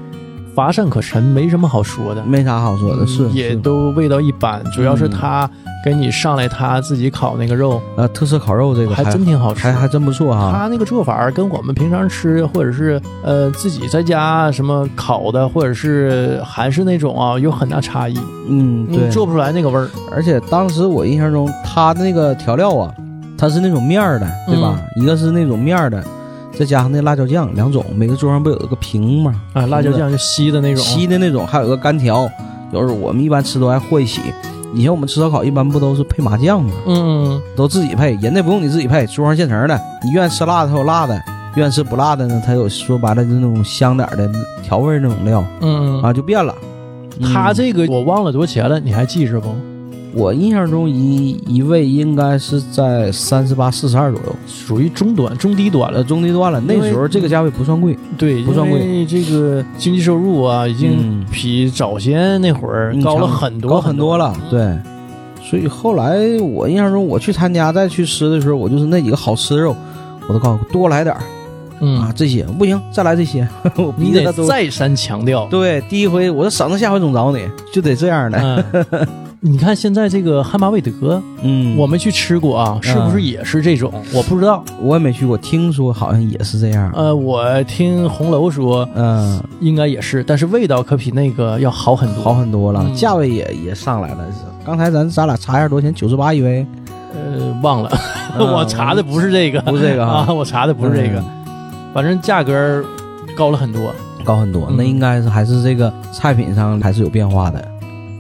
乏善可陈，没什么好说的。
没啥好说嗯的，是
嗯也
是
都味道一般，主要是
嗯
他给你上来他自己烤那个肉，
呃特色烤肉这个
还真挺好吃
还。还啊真不错哈。
他那个做法儿跟我们平常吃，或者是呃自己在家什么烤的，或者是韩式那种啊，有很大差异，
嗯，
你
对，
做不出来那个味儿。
而且当时我印象中，它那个调料啊，它是那种面儿的，对吧？
嗯
一个是那种面儿的，再加上那辣椒酱，两种。每个桌上不有一个瓶吗？
啊，辣椒酱就稀的那种，
稀的那种，还有个干条。就是我们一般吃都爱和一起。以前我们吃烧烤一般不都是配麻酱吗？
嗯，
都自己配，人家不用你自己配，桌上现成的。你愿意吃辣的，它有辣的；愿意吃不辣的呢，它有说白了就是那种香点儿的调味儿那种料
嗯嗯
啊，就变了。嗯
他这个我忘了多少钱了，你还记着不？
我印象中一一位应该是在三十八、四十二左右，
属于中端、中低端
呃，
了。
中低端了。那
因为
时候这个价位不算贵，
对，
不算贵
因为这个经济收入啊，已经
嗯
比早先那会儿
嗯
高了
强
很多
高很多了。。对，所以后来我印象中，我去参加再去吃的时候，我就是那几个好吃的肉，我都告诉我多来点儿啊
嗯，，
这些不行，再来这些。 我
你
逼着
得
他都
再三强调。
对，第一回我说省得下回总找你，就得这样的。
嗯， 你看现在这个汉巴韦德，
嗯，
我没去吃过啊，是不是也是这种？我不知道。
我也没去过，听说好像也是这样。
呃，我听红楼说
嗯，
应该也是，但是味道可比那个要好很多。
好很多了
嗯，
价位也也上来了。刚才咱咱俩查一下多少钱，九十八 一位。
呃，忘了，
嗯
我查的不是这个，
不是这个
啊，
哈，
我查的 不是这个，
嗯
反正价格儿高了很多。
高很多，
嗯
那应该是还是这个菜品上还是有变化的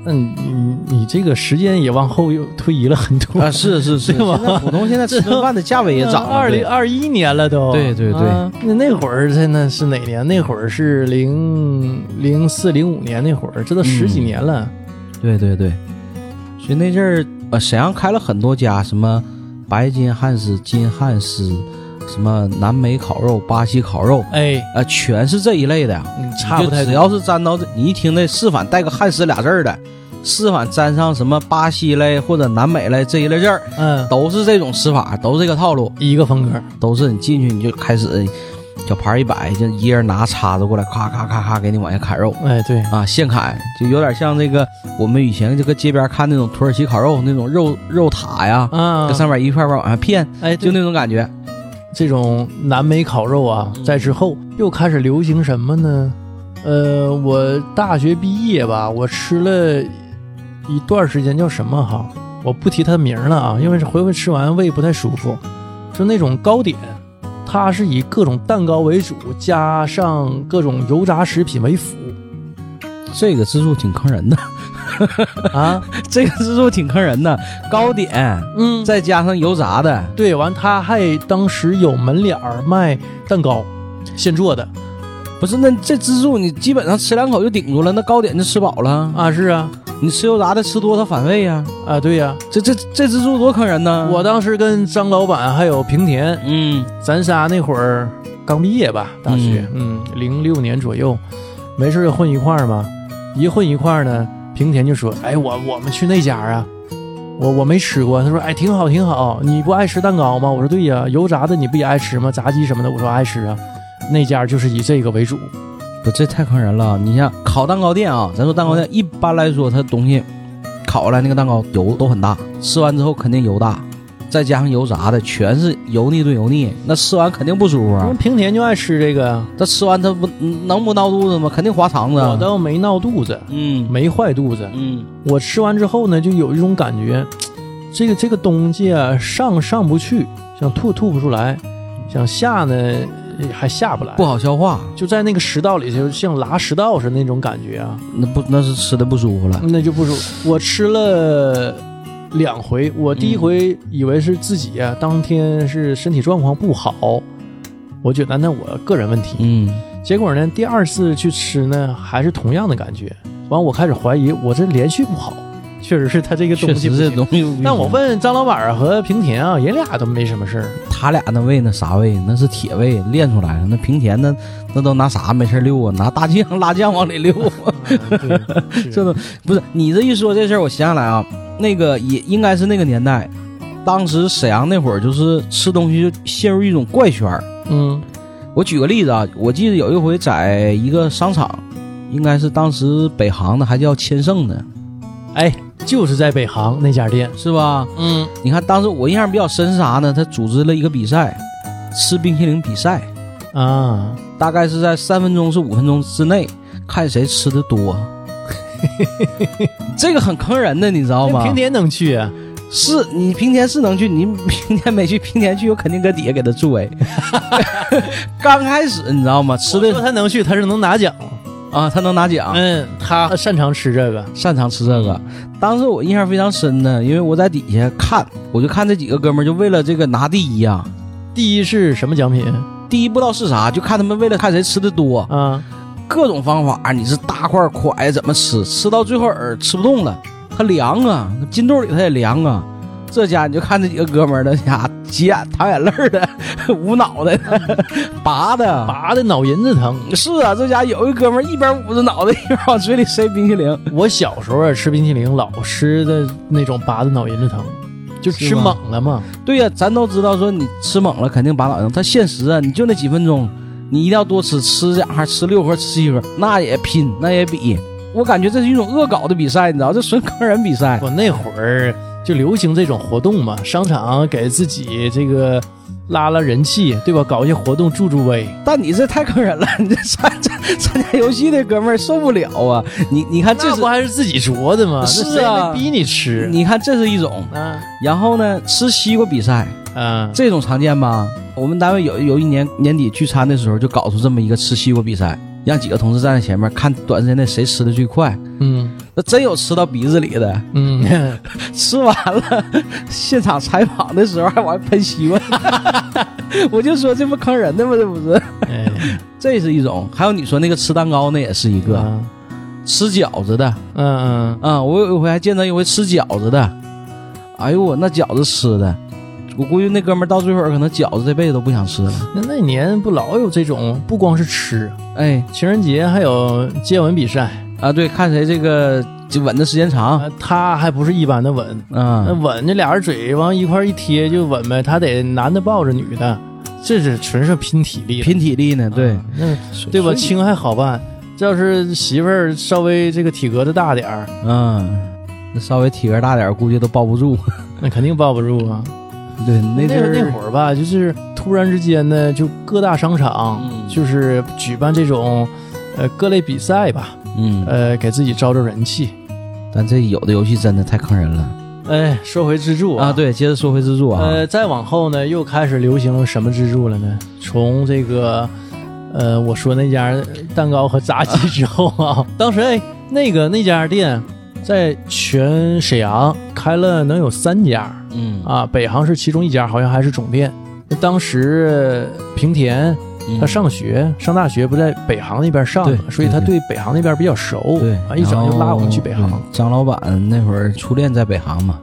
那你你你这个时间也往后又推移了很多，
是 是
是吗
现在普通现在吃顿饭的价位啊也涨了，
二
对
零二一年了都。
对对对
啊那、那会儿真的是哪年？那会儿是零零四零五年那会儿，这都十
嗯
几年了。
对对对，所以那阵儿呃沈阳开了很多家，什么白金汉斯、金汉斯，什么南美烤肉、巴西烤肉，
哎，
呃，全是这一类的。
嗯，差不太
就只
多。
要是沾到这，你一听这是反带个汉斯俩字儿的，是反沾上什么巴西嘞或者南美嘞这一类字儿，
嗯，
都是这种吃法，都是这个套路。
一个风格。
都是你进去你就开始小盘儿一摆，就一人拿叉子过来，咔咔咔咔给你往下砍肉
哎，对，
啊，现砍，就有点像这个我们以前这个街边看那种土耳其烤肉那种肉肉塔呀，
啊
搁，上面一块块往下片，
哎，
就
就那
那种感觉。
这种南美烤肉啊，在之后又开始流行什么呢？呃，我大学毕业吧，我吃了一段时间叫什么哈，我不提它名了啊，因为是回回吃完胃不太舒服。就那种糕点，它是以各种蛋糕为主，加上各种油炸食品为辅
这个自助挺坑人的，
啊。
这个自助挺坑人的，糕点
嗯，
再加上油炸的，
对，完它还当时有门脸儿卖蛋糕，现做的
不是那这自助你基本上吃两口就顶住了，那糕点就吃饱了，
啊，是啊，
你吃油炸的吃多它反胃呀、
啊，对呀、
这这这自助多坑人呢！
我当时跟张老板还有平田，
嗯
咱仨那会儿刚毕业吧，大学，嗯，零六、年左右，没事儿就混一块儿嘛。一混一块儿呢，平田就说：“哎，我我们去那家啊，我我没吃过。”他说：“哎，挺好挺好，你不爱吃蛋糕吗？”我说：“对呀、油炸的你不也爱吃吗？炸鸡什么的，我说爱吃啊。”那家就是以这个为主，
不，这太坑人了！你像烤蛋糕店啊，咱说蛋糕店一般来说，它东西烤来那个蛋糕油都很大，吃完之后肯定油大，再加上油炸的，全是油腻对油腻，那吃完肯定不舒服
因为
啊。
平田就爱吃这个呀。
那吃完它不能不闹肚子吗？肯定划肠子啊。
我倒没闹肚子，
嗯
没坏肚子，
嗯，
我吃完之后呢，就有一种感觉，这个这个东西啊，上上不去，想吐吐不出来，想下呢还下不来，
不好消化，
就在那个食道里，就像拉食道似的那种感觉啊，
那不那是吃的不舒服了。
那就不舒服。我吃了两回，我第一回以为是自己啊，当天是身体状况不好，我觉得那我个人问题，
嗯，
结果呢，第二次去吃呢，还是同样的感觉。完，我开始怀疑我这连续不好，确实是他这个
确
东西
实
不
这
行。
东西不行。
但我问张老板儿和平田啊，人俩都没什么事儿。
他俩那胃那啥胃，那是铁胃练出来的。那平田那那都拿啥没事溜啊？拿大酱辣酱往里溜啊。
嗯 对，
这都不是你这一说这事儿，我想起来啊，那个也应该是那个年代，当时沈阳那会儿就是吃东西就陷入一种怪圈儿。
嗯
我举个例子啊，我记得有一回在一个商场，应该是当时北航的，还叫千盛呢，
哎，就是在北航那家店。
是吧？
嗯，
你看当时我印象比较深是啥呢？他组织了一个比赛，吃冰淇淋比赛，
啊，
大概是在三分钟至五分钟之内，看谁吃的多。 这个很坑人的，你知道
那
吗？
平田能去啊？
是你平田是能去，你平田没去，平田去我肯定搁底下给他助威。 刚开始你知道吗？吃
我说
的
他能去，他是能拿奖。
啊，他能拿奖，
嗯，他擅长吃这个。
擅长吃这个。当时我印象非常深呢，因为我在底下看，我就看这几个哥们儿就为了这个拿第一呀、
第一是什么奖品
第一不知道是啥，就看他们为了看谁吃的多，
啊？
各种方法，啊你是大块儿蒯怎么吃，吃到最后儿吃不动了，它凉啊，筋肚里它也凉啊。这家你就看这几个哥们儿，那家急眼淌眼泪儿的， 捂脑袋的， 拔的。
拔的脑银子疼。
是啊，这家有一哥们儿一边捂着脑袋，一边往嘴里塞冰淇淋。
我小时候啊吃冰淇淋，老吃的那种拔的脑银子疼，就吃
是吗
猛了嘛。
对呀、咱都知道说你吃猛了肯定拔脑袋，他限时啊，你就那几分钟，你一定要多吃，吃两盒，吃六盒，吃七盒，那也拼，那也比。我感觉这是一种恶搞的比赛，你知道，这纯坑人比赛。
我那会儿就流行这种活动嘛，商场给自己这个拉拉人气，对吧？搞一些活动助助威。
但你这太坑人了， 你这参参参加游戏的哥们儿受不了啊！你你看这
那
是
不，还是自己琢的吗？那
是啊
谁能逼你吃？
你看这是一种，
啊
然后呢，吃西瓜比赛
啊，
这种常见吧？我们单位有有一年年底聚餐的时候，就搞出这么一个吃西瓜比赛，让几个同事站在前面看短时间内谁吃的最快。
嗯
那真有吃到鼻子里的，
嗯，
吃完了，现场采访的时候还往外喷西瓜， 我就说这不坑人的吗？这不是，
哎，
这是一种。还有你说那个吃蛋糕那也是一个，
啊
吃饺子的，
嗯嗯
啊、我有一回还见到一回吃饺子的，哎呦我那饺子吃的，我估计那哥们儿到最后可能饺子这辈子都不想吃了。
那那年不老有这种，不光是吃，
哎
情人节还有接吻比赛，
啊，对，看谁这个就稳的时间长啊
啊，他还不是一般的吻，那
啊、
吻这俩人嘴往一块儿一贴就吻呗，他得男的抱着女的，这是纯是拼体力了，
拼体力呢，对、
啊那对吧？
所以
轻还好办，这要是媳妇儿稍微这个体格子大点儿，
嗯。那稍微体格大点儿，估计都抱不住。
那肯定抱不住啊。
对，
那
阵儿
那会儿吧，就是突然之间呢，就各大商场、
嗯
就是举办这种呃各类比赛吧，
嗯，
呃，给自己招招人气。
但这有的游戏真的太坑人了
哎，说回自助
啊！，对，接着说回自助啊，
呃，再往后呢，又开始流行什么自助了呢？从这个呃我说那家蛋糕和炸鸡之后 啊，当时哎那个那家店在全沈阳开了能有三家。
嗯
啊，北航是其中一家，好像还是总店。那当时平田
嗯
他上学、上大学不在北航那边上
对，
所以他对北航那边比较熟，
对
啊，一整就拉我们去北航。
对张老板那会儿初恋在北航嘛，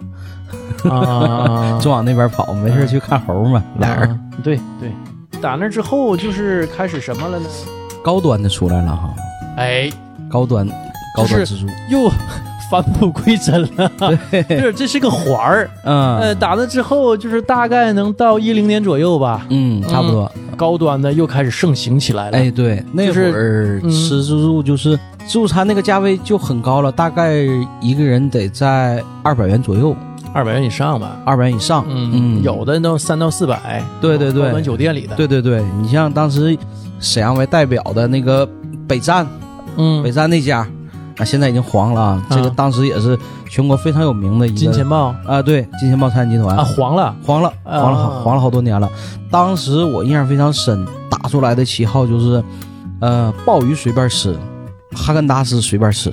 啊，
就往那边跑，没
嗯
事去看猴嘛，俩人
啊对对。打那之后就是开始什么了呢？
高端的出来了哈，
哎，
高端高端自助，
又 返璞归真了，就
对，
是这是个环儿。
嗯
啊 呃，打那之后就是大概能到一零年左右吧，
嗯，差不多。
高端的又开始盛行起来了。
哎，对，那
就
会
是
儿
嗯
吃自助就是自助餐那个价位就很高了，大概一个人得在二百元左右，
二百元以上吧，
二百元以上。
嗯，
嗯
有的都三到四百，
对对对
高端酒店里的，，
对对对，你像当时沈阳为代表的那个北站，
嗯
北，站那家啊，现在已经黄了啊。这个
啊
当时也是全国非常有名的一个
金钱豹
啊，对，金钱豹餐饮集团
啊，黄了，
黄了，
啊
黄了好，黄了好多年了。当时我印象非常深，打出来的旗号就是，呃，鲍鱼随便吃，哈根达斯随便吃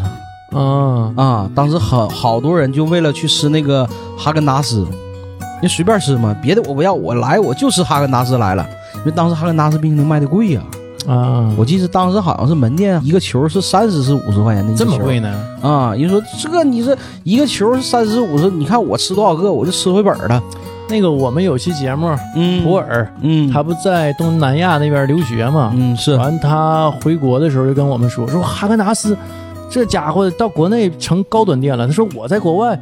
嗯，
啊。当时好好多人就为了去吃那个哈根达斯，你随便吃嘛，别的我不要，我来我就吃哈根达斯来了。因为当时哈根达斯冰淇淋卖的贵呀、
啊，
我记得当时好像是门店一个球是三十是五十块钱的一个
这么
球，
贵呢？
啊！人说这你这一个球是三十五十，你看我吃多少个我就吃回本儿了。
那个我们有期节目，
嗯
普，洱
嗯，
他不在东南亚那边留学嘛，
嗯是
完他回国的时候就跟我们说，说哈根达斯这家伙到国内成高端店了，他说我在国外。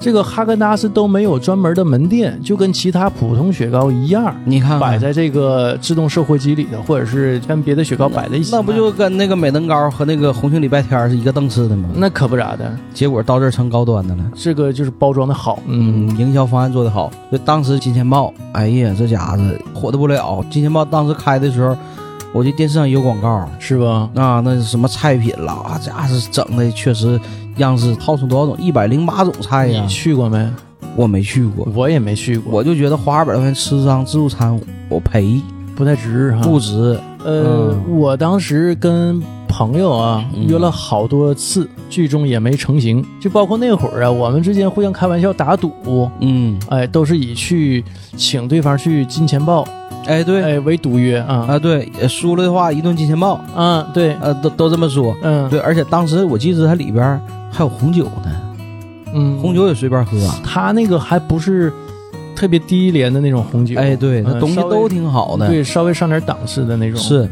这个哈根达斯都没有专门的门店，就跟其他普通雪糕一样，
你看看
摆在这个自动售货机里头，或者是跟别的雪糕摆在一起
那不
卖
就跟那个美登糕和那个红星礼拜天儿是一个档次的吗？
那可不咋的，
结果到这儿成高端的了。
这个就是包装的好，
嗯，营销方案做得好。就当时金钱豹，哎呀，这家子火的不了。金钱豹当时开的时候，我记得电视上有广告
是吧？
啊，那是什么菜品啦，啊，这家是整的确实样式，号称多少种，一百零八种菜哎呀
你。去过没？
我没去过，
我也没去过，
我就觉得花二百多块钱吃张自助餐，我赔
不太值哈。
不值。
呃，
嗯
我当时跟朋友啊
嗯
约了好多次，最终也没成型。就包括那会儿啊，我们之间互相开玩笑打赌，
嗯，
哎，都是以去请对方去金钱豹，
哎对，
哎为赌约啊
啊对，输了的话一顿金钱豹，
啊，对，
呃，都都这么说。
嗯
对，而且当时我记得它里边儿还有红酒呢，
嗯，
红酒也随便喝。啊
他那个还不是特别低廉的那种红酒，
哎，对，它
嗯
东西
稍微
都挺好的，
对，稍微上点档次的那种，，
是。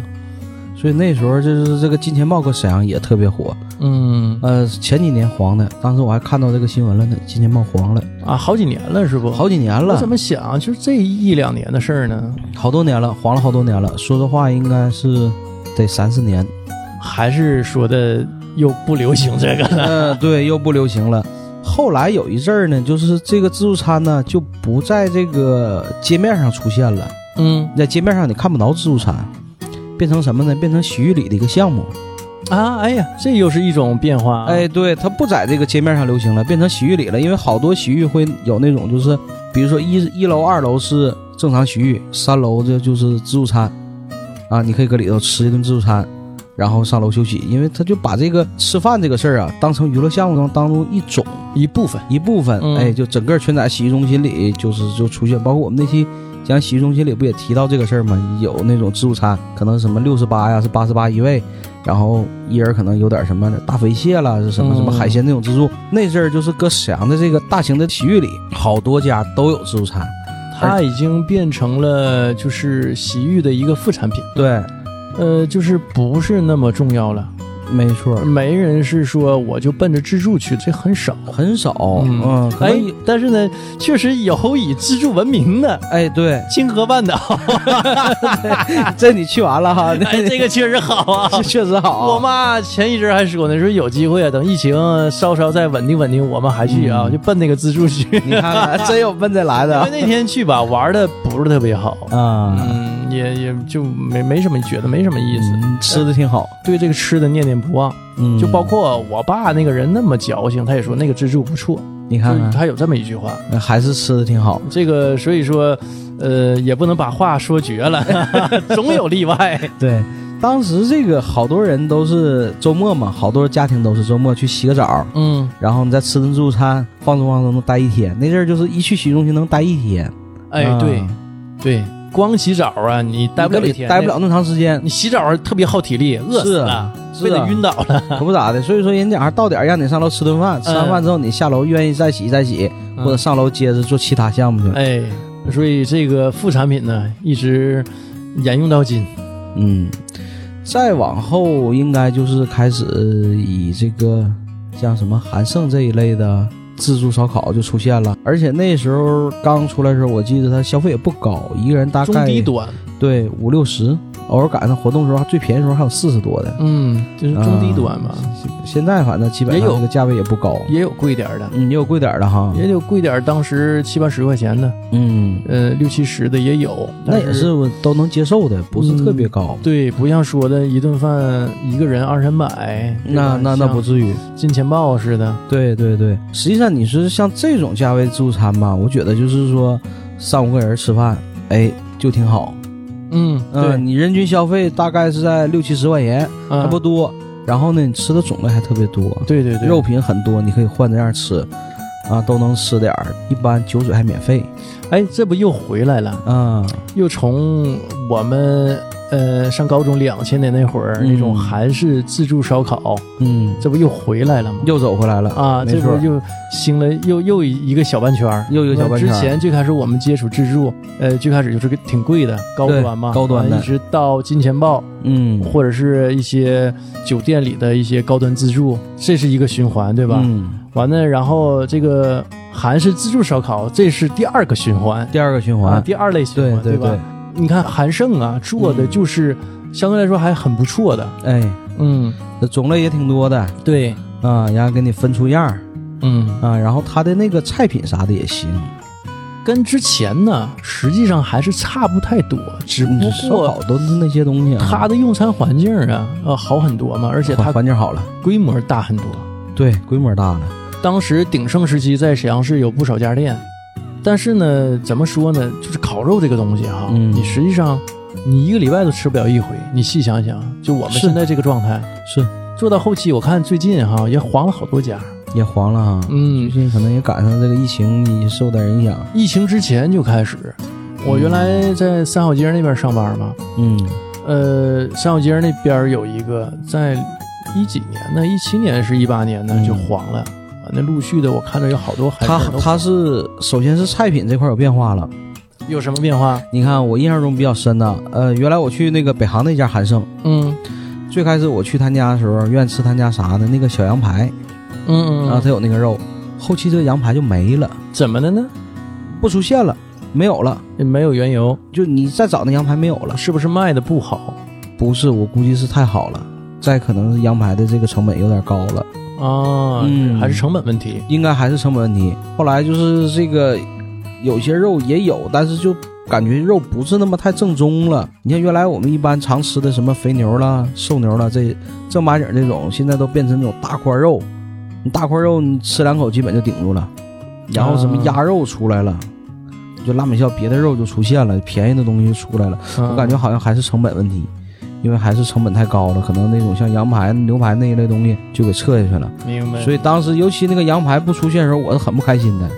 所以那时候就是这个金钱豹搁沈阳也特别火，
嗯
呃，前几年黄的，当时我还看到这个新闻了呢，金钱豹黄了，
啊，好几年了是不？
好几年
我怎
了，
么想啊就是这一两年的事儿呢？
好多年了，黄了好多年了。说实话，应该是得三四年，
还是说的又不流行这个了。
嗯、对，又不流行了。后来有一阵儿呢，就是这个自助餐呢就不在这个街面上出现了，
嗯
你在街面上你看不着自助餐，变成什么呢？变成洗浴里的一个项目。
啊，哎呀，这又是一种变化、啊。
哎，，对，它不在这个街面上流行了，变成洗浴里了。因为好多洗浴会有那种，就是比如说一一楼、二楼是正常洗浴，三楼这就是自助餐，啊，你可以搁里头吃一顿自助餐，然后上楼休息。因为他就把这个吃饭这个事儿啊，当成娱乐项目中当中一种
一部分。
一部分。
嗯
哎，就整个全在洗浴中心里就是就出现，包括我们那期。讲洗浴中心里不也提到这个事儿吗？有那种自助餐，可能什么六十八呀，是八十八一位，然后一人可能有点什么大肥蟹啦，是什么
嗯
什么海鲜那种自助。那阵儿就是搁沈阳的这个大型的洗浴里，好多家都有自助餐。
它已经变成了就是洗浴的一个副产品，
对，
呃，就是不是那么重要了。
没错，
没人是说我就奔着自助去，这很少。
很少。
嗯
嗯，可
哎
能，
但是呢，确实有以自助闻名的，
哎，对
清河半岛，
这你去完了哈，
哎，这个确实好啊。
这确实好啊。
我妈前一阵还说呢，说有机会啊，等疫情稍稍再稳定稳定，我们还去啊，
嗯
就奔那个自助去。
你看看，真有奔这来的
因为那天去吧，玩的不是特别好，
啊，
嗯，也也就没没什么觉得没什么意思，
嗯吃的挺好，
对这个吃的念念不忘。
嗯，
就包括我爸那个人那么矫情，他也说那个自助不错，
你
就
看
是
看，
他有这么一句话。
那还是吃的挺好。
这个所以说，呃，也不能把话说绝了， 总有例外。
对，当时这个好多人都是周末嘛，好多家庭都是周末去洗个澡，
嗯，
然后你再吃顿自助餐，放松放松，能待一天。那阵儿就是一去洗浴中心能待一天，
哎，
啊
对对，光洗澡啊，你待不了一天，
待不了那么长时间
那。你洗澡特别耗体力，饿死了，
是
非得
啊
晕倒了。嗯
可不咋的。所以说，人家还到点儿让你上楼吃顿饭，吃完饭之后你下楼愿意再洗再洗，或者上楼接着做其他项目去。
哎，所以这个副产品呢，一直沿用到今。
嗯，再往后应该就是开始以这个像什么韩盛这一类的自助烧烤就出现了，而且那时候刚出来的时候，我记得它消费也不高，一个人大
中
概
低端，
对五六十，偶尔赶上活动的时候，最便宜的时候还有四十多的。
嗯，就是
啊
中低端嘛，
现在反正基本
也
上
有
这个价位也不高，
也有贵点儿的，
嗯，也有贵点儿的哈，
也有贵点儿，当时七八十块钱的，
嗯，
呃，六七十的也有，
那
但
也是嗯我都能接受的，不是特别高。
对，不像说的一顿饭一个人二三百，对吧
那那那不
像
至于，
金钱豹似的，
对对对，实际上你是像这种价位自助餐吧，我觉得就是说三五个人吃饭，哎，就挺好。
嗯，
嗯、
对，
你人均消费大概是在六七十块钱，
啊
还不多。然后呢，你吃的种类还特别多，
对对对，
肉品很多，你可以换着样吃，啊，都能吃点儿。一般酒水还免费，嗯
哎，这不又回来了，
啊，
又从我们呃上高中两千年那会儿、
嗯
那种韩式自助烧烤，
嗯，
这不又回来了吗？
又走回来了
啊，
没
这
错
不，又兴了又又一个小半圈儿。
又有小半
之
圈儿
前最开始我们接触自助，呃，最开始就是个挺贵的高
对
端嘛，啊
高端的
完一直到金钱豹
嗯，
或者是一些酒店里的一些高端自助，这是一个循环，对
对
吧？
嗯，
完了，然后这个韩式自助烧烤，这是第二个循环，
第二个循
啊，
环，
第二类循
对
环，
对嗯
吧？，你看韩盛啊，做的就是相对来说还很不错的，
哎，
嗯，
这种类也挺多的
对，
啊，然后给你分出样儿
嗯，
啊，然后它的那个菜品啥的也行，
跟之前呢，实际上还是差不太多，只不
嗯烧
过
烤都是那些东西啊，
它的用餐环境啊，呃，好很多嘛，而且它
环环境好了，
规模大很多。
对，规模大了，
当时鼎盛时期，在沈阳市有不少家店，但是呢，怎么说呢，就是烤肉这个东西哈，
嗯
你实际上你一个礼拜都吃不了一回。你细想想，就我们
是
现在这个状态，
是
做到后期，我看最近哈也黄了好多家。
也黄了哈。最
嗯，
近可能也赶上这个疫情也受点影响，
疫情之前就开始，我原来在三好街那边上班嘛，
嗯，
呃，三好街那边有一个在一几年呢，一七年是一八年呢
嗯
就黄了。完了，陆续的我看着有好多海
它
鲜都
它是首先是菜品这块有变化了，
有什么变化？
你看我印象中比较深的，呃，原来我去那个北航那家韩盛，
嗯
最开始我去他家的时候，愿意吃他家啥的那个小羊排，
嗯嗯，
然后他有那个肉，后期这个羊排就没了，
怎么的呢？
不出现了，没有了，
没有缘由，
就你再找那羊排没有了，
是不是卖的不好
不是，我估计是太好了，再可能是羊排的这个成本有点高了，
啊？
嗯
还是成本问题？
应该还是成本问题。后来就是这个有些肉也有，但是就。感觉肉不是那么太正宗了。你看，原来我们一般常吃的什么肥牛啦、瘦牛啦，这正八经这种，现在都变成那种大块肉。你大块肉，你吃两口基本就顶住了。然后什么鸭肉出来了，就拉美笑别的肉就出现了，便宜的东西就出来了。
嗯
我感觉好像还是成本问题，因为还是成本太高了，可能那种像羊排、牛排那一类东西就给撤下去了。
明白。
所以当时，尤其那个羊排不出现的时候，我是很不开心的。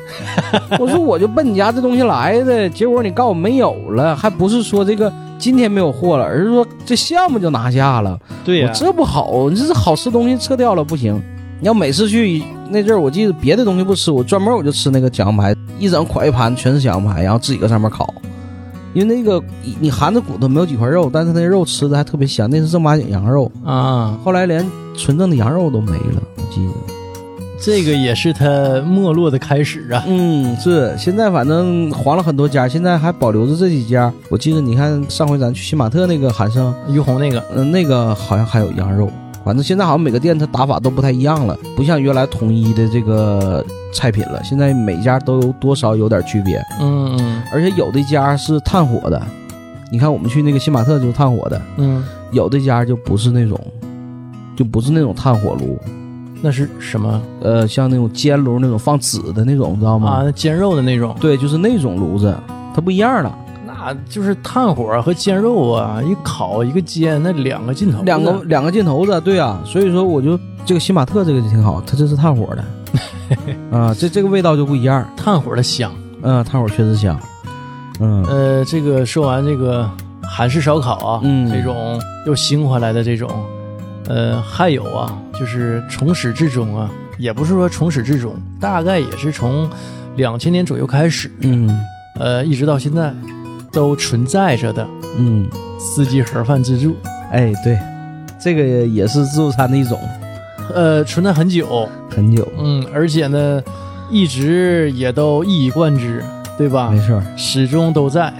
我说我就奔你家这东西来的，结果你告诉我没有了，还不是说这个今天没有货了，而是说这项目就拿下了。
对
我这不好，你这是好吃东西撤掉了不行。你要每次去那阵儿，我记得别的东西不吃，我专门我就吃那个小羊排，一整㧟一盘全是小羊排，然后自己搁上面烤。因为那个你你含着骨头没有几块肉，但是那肉吃的还特别香，那是正八经羊肉。
啊，
后来连纯正的羊肉都没了，我记得。
这个也是它没落的开始啊。
嗯，是现在反正黄了很多家，现在还保留着这几家。我记得你看上回咱去新玛特那个韩盛，
于红那个，
嗯、那个好像还有羊肉。反正现在好像每个店它打法都不太一样了，不像原来统一的这个菜品了。现在每家都有多少有点区别，
嗯嗯
而且有的家是炭火的。你看我们去那个新玛特就是炭火的，
嗯，
有的家就不是那种，就不是那种炭火炉，
那是什么
呃，像那种煎炉那种放纸的那种，你知道吗？
啊？煎肉的那种，
对，就是那种炉子，它不一样了，
那就是炭火和煎肉啊，一烤一个煎，那两个劲头，
两个两个箭头子，对啊，所以说我就这个新玛特这个就挺好，它这是炭火的，啊，这这个味道就不一样，
炭火的香。
嗯、炭火确实香，嗯，
呃，这个说完这个韩式烧烤啊，
嗯
这种又兴回来的这种，呃，还有啊，就是从始至终啊，也不是说从始至终，大概也是从两千年左右开始，
嗯
呃，一直到现在都存在着的
嗯，
司机盒饭自助，
哎，对，这个也是自助餐的一种，
呃，存在很久，
很久，
嗯，而且呢，一直也都一以贯之，对吧
没？事儿，
始终都在，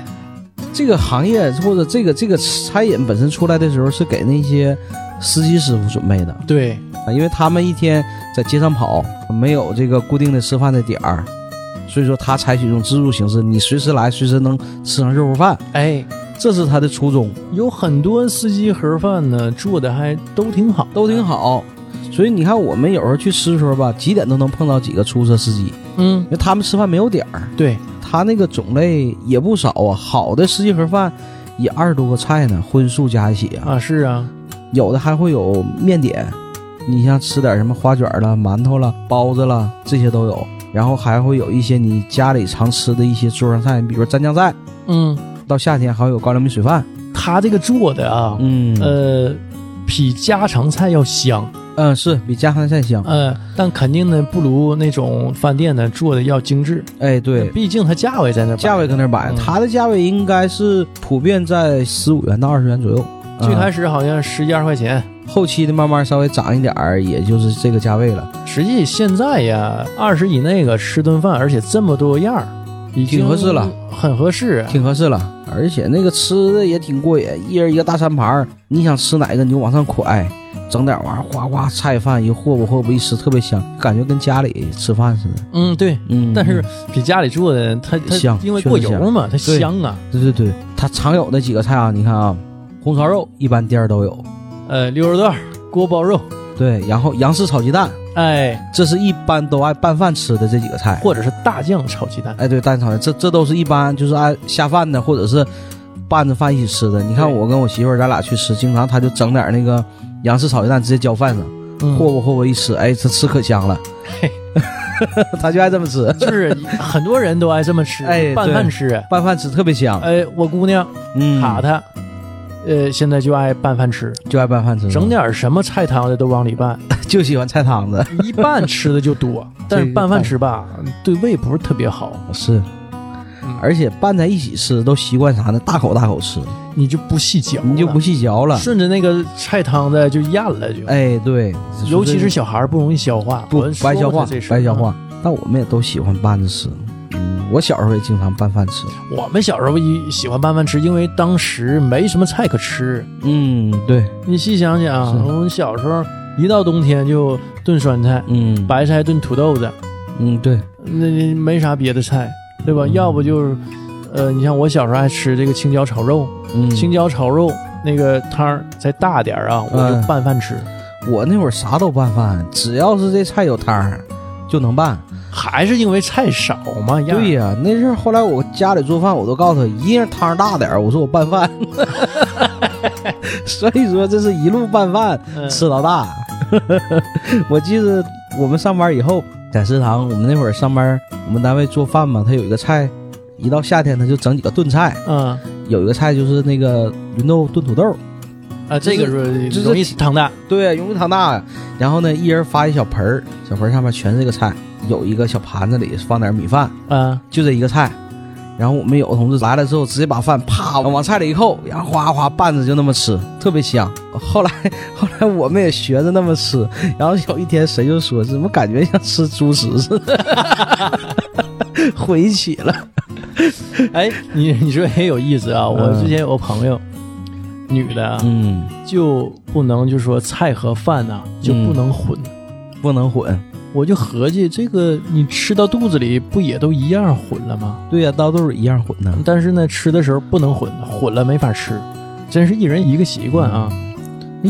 这个行业或者这个这个餐饮本身出来的时候是给那些司机师傅准备的，
对，
啊，因为他们一天在街上跑，没有这个固定的吃饭的点儿，所以说他采取一种自助形式，你随时来，随时能吃上热乎饭，
哎。
这是他的初衷，
有很多司机盒饭呢，做的还都挺好，
都挺。好。所以你看，我们有时候去吃的时候吧，几点都能碰到几个出租车司机，
嗯
因，为他们吃饭没有点儿，
对，
他那个种类也不少啊，好的十几盒饭也二十多个菜呢，荤素加一起啊，
啊，是啊，
有的还会有面点，你像吃点什么花卷了、馒头了、包子了，这些都有。然后还会有一些你家里常吃的一些桌上菜，比如说蘸酱菜，
嗯，
到夏天还会有高粱米水饭。
他这个做的啊，
嗯
呃，比家常菜要香，
嗯，是比家常菜香。
呃，但肯定呢不如那种饭店呢做的要精致，
哎，对，
毕竟它价位在那摆着，
价位搁那儿摆，
嗯
它的价位应该是普遍在十五元到二十元左右。
最开
始、
始好像十一二块钱，
后期的慢慢稍微涨一点儿，也就是这个价位了，
实际现在呀二十以内个吃顿饭，而且这么多样儿，已经
挺合适了，
很合适。
挺合适了。而且那个吃的也挺过瘾，一人一个大餐盘儿，你想吃哪个你就往上蒯，整点玩意儿，哗哗菜饭一和吧和吧一吃，特别香，感觉跟家里吃饭似的。
嗯，对。
嗯，
但是比家里做的它它
香
因为
确实
过油嘛，它
对
香啊。
对对对，它常有那几个菜啊，你看啊，红烧肉一般店儿都有，
呃，溜肉段儿、锅包肉，
对，然后洋式炒鸡蛋，
哎，
这是一般都爱拌饭吃的这几个菜。
或者是大酱炒鸡蛋。
哎，对，蛋炒的，这这都是一般就是按下饭的，或者是拌着饭一起吃的。你看
对
我跟我媳妇儿，咱俩去吃，经常她就整点那个洋式炒鸡蛋，直接浇饭上，
嗯
霍吧霍吧一吃，哎，这吃可香了，
嘿
她就爱这 么吃，
就是很多人都爱这么吃，
哎
拌饭吃。啊
拌饭吃特别香。
哎，我姑娘
嗯，
塔塔，呃，现在就爱拌饭吃，
就爱拌饭吃，
整点什么菜汤的都往里拌，
就喜欢菜汤子，
一拌吃的就 多，但是拌
哦
饭吃吧，对胃不是特别好，
是
嗯。
而且拌在一起吃都习惯啥呢？大口大口吃，
你就不细嚼了，
你就不细嚼了。
顺着那个菜汤的就咽了就。
哎，对，
尤其
这
是小孩儿不容易消化，
不
我说
白消
过
化
他这，事儿嗯
白消。化。但我们也都喜欢拌着吃。嗯，我小时候也经常拌饭吃。
我们小时候一喜欢拌饭吃，因为当时没什么菜可吃。
嗯，对，
你细想想，
是
我们小时候一到冬天就炖酸菜，
嗯，
白菜炖土豆子，
嗯，对，
那那没啥别的菜，对吧？
嗯
要不就是，呃，你像我小时候爱吃这个青椒炒肉，
嗯，
青椒炒肉那个汤儿再大点儿啊，我
嗯
就拌饭吃，
我那会儿啥都拌饭，只要是这菜有汤儿就能拌。
还是因为菜少嘛呀。
对呀、那阵儿后来我家里做饭，我都告诉他一人汤儿大点儿，我说我拌饭。 所以说这是一路拌饭
嗯
吃到大。 我记得我们上班以后在食堂，我们那会儿上班，我们单位做饭嘛，他有一个菜，一到夏天他就整几个炖菜，
嗯
有一个菜就是那个芸豆炖土豆，
啊，这个
就是是
容易烫大。
对，容易糖大呀。然后呢，一人发一小盆儿，小盆儿上面全是这个菜，有一个小盘子里放点米饭，
啊，
就这一个菜。然后我们有的同志来了之后，直接把饭啪往菜里一扣，然后哗哗拌着就那么吃，特别香。后来 后来我们也学着那么吃，然后有一天谁就说怎么感觉像吃猪食似的， 回忆起了。
哎，你你说也有意思啊！我
嗯
之前有个朋友，女的啊
嗯，
就不能就说菜和饭呐、就不能混。
不能混。
我就合计这个你吃到肚子里不也都一样混了吗？
对呀、刀豆儿一样混呢。
但是呢，吃的时候不能混，混了没法吃，真是一人一个习惯啊。
嗯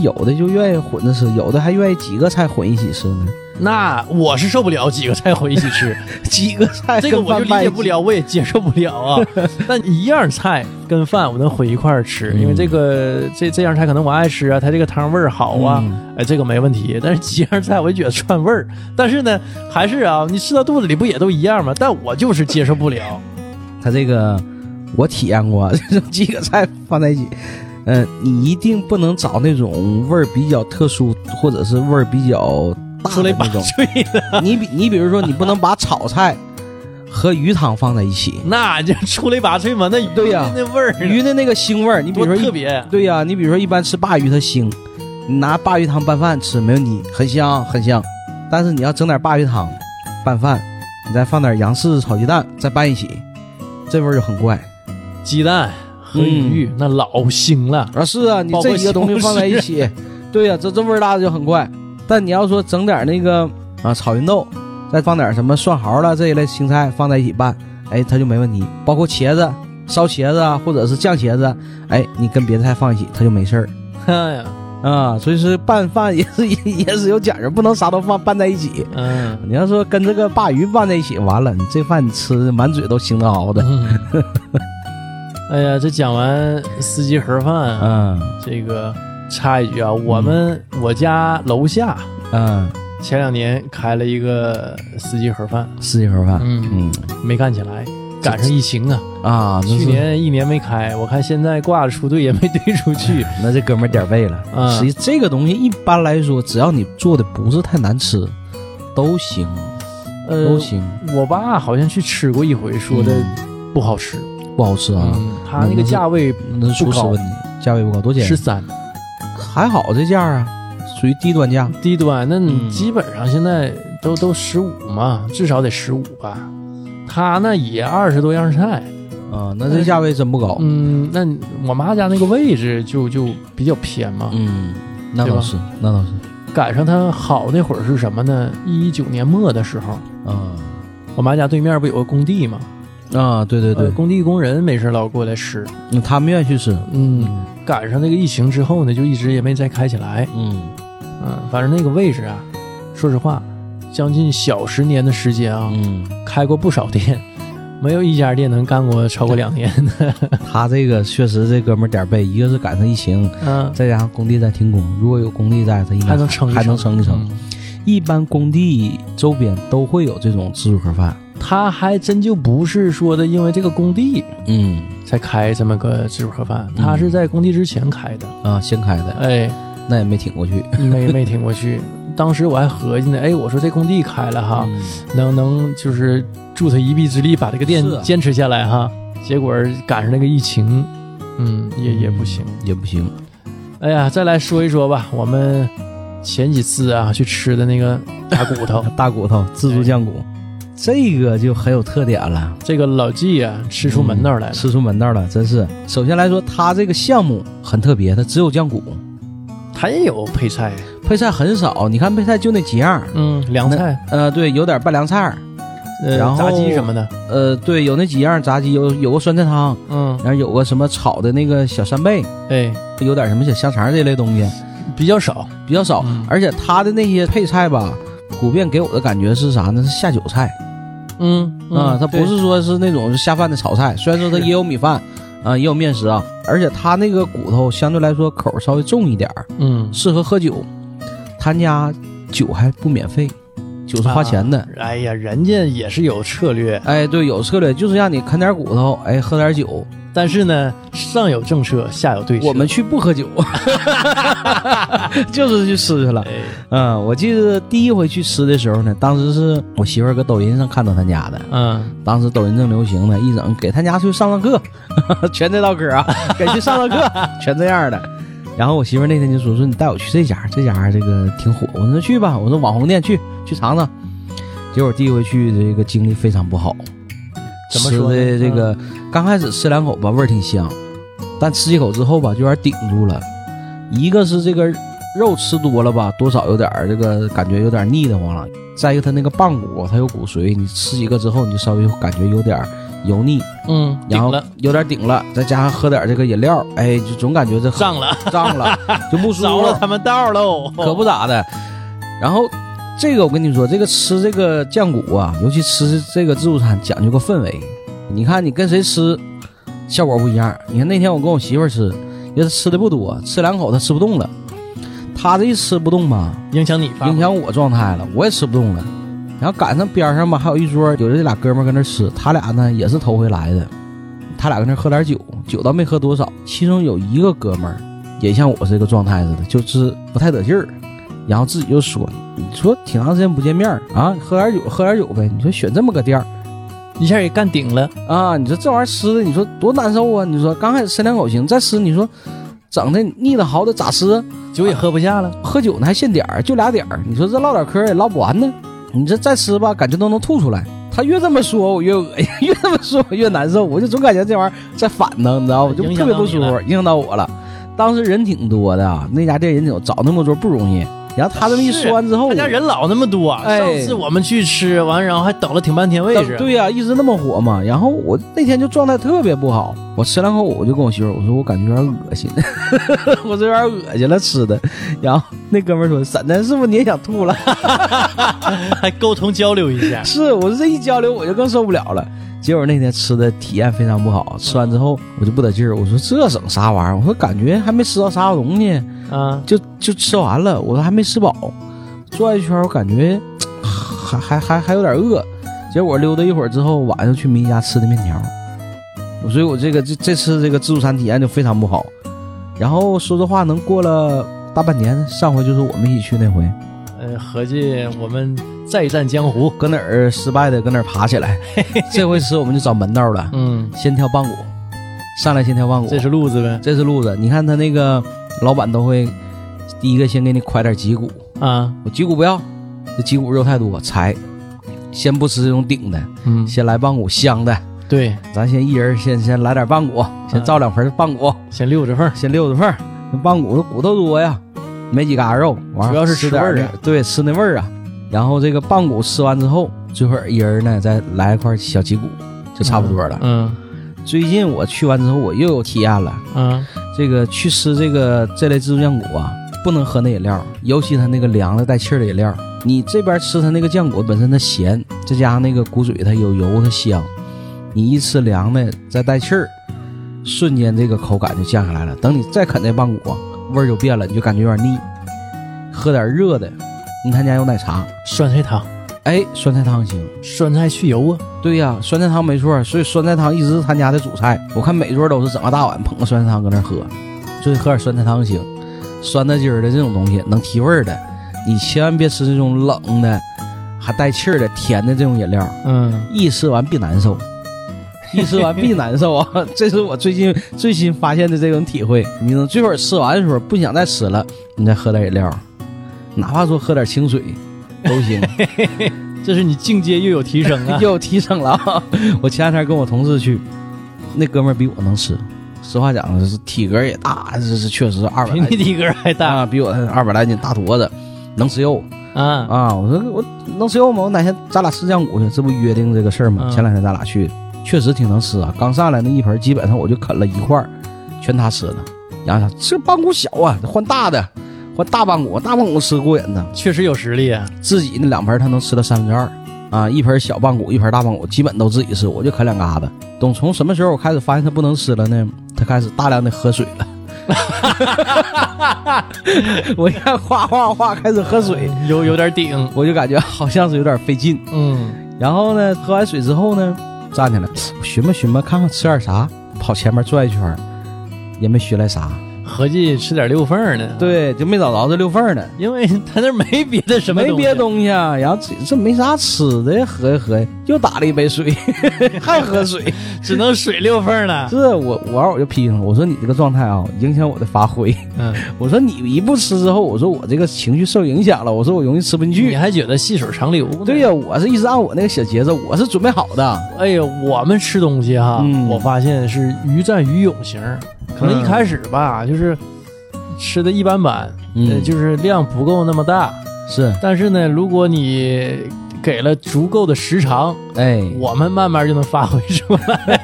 有的就愿意混着吃，有的还愿意几个菜混一起吃呢。
那我是受不了几个菜混一起吃，
几个菜
这个我就理解不。了，我也接受不了 啊。但一样菜跟饭我能混一块儿吃，
嗯
因为这个这这样菜可能我爱吃啊，它这个汤味儿好啊，哎，这个没问题。但是几样菜我就觉得串味儿，但是呢，还是啊，你吃到肚子里不也都一样吗？但我就是接受不了。
他这个我体验过， 这种几个菜放在一起，嗯、你一定不能找那种味儿比较特殊，或者是味儿比较大
出
的
类拔
那种。
萃的，
你比你比如说，你不能把炒菜和鱼汤放在一起，
那这出类拔萃嘛，那鱼
对呀
那那味儿，
鱼的那个腥味儿，你比
多
如说一
特别。啊
对呀、你比如说一般吃鲅鱼它腥，你拿鲅鱼汤拌饭吃没问题，很香很香。但是你要整点鲅鱼汤拌饭，你再放点洋式炒鸡蛋再拌一起，这味儿就很怪
鸡蛋和鱼、嗯那老腥 了。
啊！是
嗯
啊，你这几个东西放在 一起，对呀、这这味儿搭的就很怪。但你要说整点那个啊炒芸豆，再放点什么蒜毫了这一类青菜放在一起拌，哎，它就没问题。包括茄子、烧茄子啊，或者是酱茄子，哎，你跟别的菜放一起，它就没事儿。
哎呀，
啊，所以说拌饭也是 也是有讲究，不能啥都放拌在一起。
嗯，
你要说跟这个鲅鱼拌在一起，完了，你这饭你吃的满嘴都腥得熬的。
嗯哎呀，这讲完司机盒饭啊，
嗯
这个插一句啊，我们、我家楼下
嗯，
前两年开了一个司机盒饭，
四季盒饭，
嗯，
嗯，
没干起来，赶上疫情啊，
啊，那
去
是
年一年没开，我看现在挂着出队也没队出去。
那这哥们儿点儿背了。
嗯
实际这个东西一般来说，只要你做的不是太难吃，都行，
呃
都，行。嗯
我爸好像去吃过一回，说的不好吃
不好吃啊，
嗯他那个价位
那是厨师问题，价嗯位不高，多少
十
钱？
三，
还好这价儿啊，属于低端价。
低端，那你
嗯
基本上现在都都十五嘛，至少得十五吧。他那也二十多样菜，
啊，那这价位真不高。啊
嗯，那你我妈家那个位置就就比较偏嘛。
嗯，那倒是，那倒是。
赶上他好那会儿是什么呢？一九年末的时候，
啊
我妈家对面不有个工地嘛，
啊，对对
呃
对，
工地工人没事老过来吃。
嗯他们愿意去吃。
嗯，
嗯
赶上那个疫情之后呢，就一直也没再开起来。
嗯
嗯，反正那个位置啊，说实话，将近小十年的时间啊，
嗯，
开过不少店， 没有一家店能干过超过两年的。
他这个确实这哥们儿点儿背，一个是赶上疫情，
嗯，
再加上工地在停工，如果有工地在，他应该
还能撑一
还能撑一撑。
嗯
一般工地周边都会有这种自助盒饭。
他还真就不是说的，因为这个工地
嗯
才开这么个自助盒饭，他是在工地之前开的。
啊，新开的，
哎，
那也没挺过去。
没没挺过去。当时我还合计呢，哎，我说这工地开了哈，
嗯
能能就是助他一臂之力把这个店
是啊
坚持下来哈。结果赶上那个疫情，嗯，也也不行。
也不行。，
哎呀，再来说一说吧，我们前几次啊去吃的那个大骨头
大骨头自助酱骨，这个就很有特点了，
这个老纪啊吃出门道来了。
吃出门道了，真是。首先来说，它这个项目很特别，它只有酱骨，
嗯他也有配菜，
配菜很少。你看配菜就那几样儿，
嗯，凉菜，
呃，对，有点拌凉菜儿，
呃
然后
炸鸡什么的，
呃，对，有那几样儿炸鸡，有有个酸菜汤，
嗯，
然后有个什么炒的那个小扇贝，
哎，
有点什么小香肠这类东西。
比较少，
比较少，
嗯
而且它的那些配菜吧，普遍给我的感觉是啥呢？是下酒菜
嗯
啊、它不
对
是说是那种下饭的炒菜。虽然说它
是
也有米饭，啊、也有面食啊，而且它那个骨头相对来说口儿稍微重一点儿，
嗯，
适合喝酒。他家酒还不免费，酒是花钱的。
啊哎呀，人家也是有策略，
哎，对，有策略，就是让你啃点骨头，哎，喝点酒。
但是呢，上有政策，下有对策。
我们去不喝 酒， 就是去吃去了。
哎，
嗯，我记得第一回去吃的时候呢，当时是我媳妇儿搁抖音上看到他家的，
嗯，
当时抖音正流行呢，一整给他家去上上课， 全这 道嗑啊，给去上上课，全这样的。然后我媳妇儿那天就说说你带我去这家，这家这个挺火。我说去吧，我说网红店去去尝尝。结果第一回去这个经历非常不好，
怎么说呢嗯
吃的这个刚开始吃两口吧，味儿挺香，但吃几口之后吧，就有点顶住了。一个是这个肉吃多了吧，多少有点儿这个感觉有点腻得慌了。再一个，它那个棒骨它有骨髓，你吃几个之后，你就稍微感觉有点儿油腻，
嗯，
然
顶
后
了，
有点顶了，再加上喝点儿这个饮料，哎，就总感觉这
上 了，
胀了，就不舒
着
服
了，他们道喽，
可不咋的。然后这个我跟你说，这个吃这个酱骨啊，尤其吃这个自助餐讲究个氛围。你看你跟谁吃，效果不一样。你看那天我跟我媳妇儿吃，也是吃的不多，吃两口她吃不动了。她这一吃不动吧，
影响你发挥
影响我状态了，我也吃不动了。然后赶上边上吧，还有一桌有这俩哥们儿搁那儿吃，他俩呢也是头回来的，他俩搁那儿喝点酒，酒倒没喝多少，其中有一个哥们儿也像我这个状态似的，就是不太得劲儿，然后自己就说：“你说挺长时间不见面儿啊，喝点酒喝点酒呗。”你说选这么个店儿
一下也干顶了，
啊，你说这玩意儿吃的，你说多难受啊！你说刚开始吃两口行，再吃你说整的腻得嚎的咋吃啊？
酒也喝不下了，
喝酒呢还限点儿，就俩点儿。你说这唠点嗑儿也唠不完呢，你这再吃吧，感觉都能吐出来。他越这么说，我越 恶心越这么说，我越难受。我就总感觉这玩意儿在反腾，你知道吗？就
影
特
响
别
到
不
你
舒服，
了
影响到我了。当时人挺多的啊，那家店人挺多，找那么多不容易。然后他这么一
是
说完之后，
他家人老那么多啊。
哎
上次我们去吃完，然后还等了挺半天位置，
对呀、一直那么火嘛。然后我那天就状态特别不好，我吃两口我就跟我媳妇儿我说我感觉有点恶心， 我这有点恶心了吃的。然后那哥们儿说沈晨是不是你也想吐了？，
还沟通交流一下
是，我这一交流我就更受不了了。结果那天吃的体验非常不好，吃完之后我就不得劲儿，我说这整啥玩意儿？我说感觉还没吃到啥东西，
啊，
就就吃完了，我说还没吃饱。转一圈儿我感觉还还还还有点饿，结果溜达一会儿之后，晚上去民家吃的面条，所以我这个这这次这个自助餐体验就非常不好。然后说实话，能过了大半年，上回就是我们一起去那回，
呃，合计我们再战江湖。
哦搁哪儿失败的搁哪儿爬起来。这回吃我们就找门道了，
嗯，
先挑棒骨，上来先挑棒骨，
这是路子呗。
这是路子。你看他那个老板都会第一个先给你蒯点脊骨，
啊，
我脊骨不要，这脊骨肉太多，柴。先不吃这种顶的，
嗯，
先来棒骨香的，
对，
咱先一人先先来点棒骨，
嗯
先造两盆棒骨，
先溜着缝儿。
先溜着缝儿。那棒骨的骨头多呀，没几嘎肉，完
主要是吃
点儿
味儿
那
啊
对，吃那味儿啊。然后这个棒骨吃完之后，最后一人呢再来一块小脊骨，就差不多了。
嗯
最近我去完之后，我又有体验了。
嗯，
这个去吃这个这类自助酱骨啊，不能喝那饮料，尤其它那个凉的带气儿的饮料。你这边吃它那个酱骨本身它咸，再加上那个骨嘴它有油它香，你一吃凉的再带气儿，瞬间这个口感就降下来了。等你再啃那棒骨啊，味儿就变了，你就感觉有点腻。喝点热的，你看家有奶茶，
酸菜汤，
哎，酸菜汤行。
酸菜去油啊。
对呀、酸菜汤没错，所以酸菜汤一直是他家的主菜。我看每桌都是整个大碗捧个酸菜汤搁那喝，所以喝点酸菜汤行。酸的筋儿的这种东西能提味儿的，你千万别吃这种冷的，还带气儿的甜的这种饮料，
嗯，
一吃完必难受，一吃完必难受啊！ 这是我最近最新发现的这种体会。你能最后吃完的时候不想再吃了，你再喝点饮料，哪怕说喝点清水都行。
这是你境 界又有提升啊。
又提升了 啊。我前两天跟我同事去，那哥们儿比我能吃。实话讲，是体格也大，这是确实二百
比
来
你
斤
体格儿还大
啊，比我二百来斤大坨子，能吃肉
啊。
啊！我说我能吃肉吗？我哪天咱俩吃酱骨去？这不约定这个事儿吗？
嗯
前两天咱俩去，确实挺能吃啊。刚上来那一盆，基本上我就啃了一块儿，全他吃了。然后他这棒骨小啊，换大的，换大棒骨，大棒骨吃过瘾呢。
确实有实力啊，
自己那两盆他能吃了三分之二啊，一盆小棒骨，一盆大棒骨，基本都自己吃，我就啃两嘎子。懂从什么时候我开始发现他不能吃了呢？他开始大量的喝水了。 我一看哗哗哗开始喝水，
有有点顶。
我就感觉好像是有点费劲。
嗯，
然后呢，喝完水之后呢，站起来我寻摸寻摸，看看吃点啥，跑前面转一圈儿，也没寻来啥，
合计吃点溜缝儿呢。，
对，就没找着这溜缝儿呢。
因为他那儿没别的什么，
没别。东西啊，然后这这没啥吃的，喝一喝，又打了一杯水， 还喝 水。
只能水溜缝 了。
这我我完我就批评了，我说你这个状态啊，影响我的发挥。
嗯，
我说你一不吃之后，我说我这个情绪受影响了，我说我容易吃不进
你
去。
还觉得细水长流呢？
对呀、我是一直按我那个小节奏，我是准备好的。
哎呀，我们吃东西哈，
嗯
我发现是鱼战鱼勇型儿，可能一
嗯
开始吧，就是吃的一般般，呃
嗯，
就是量不够那么大。
是，
但是呢，如果你给了足够的时长，
哎，
我们慢慢就能发挥出来。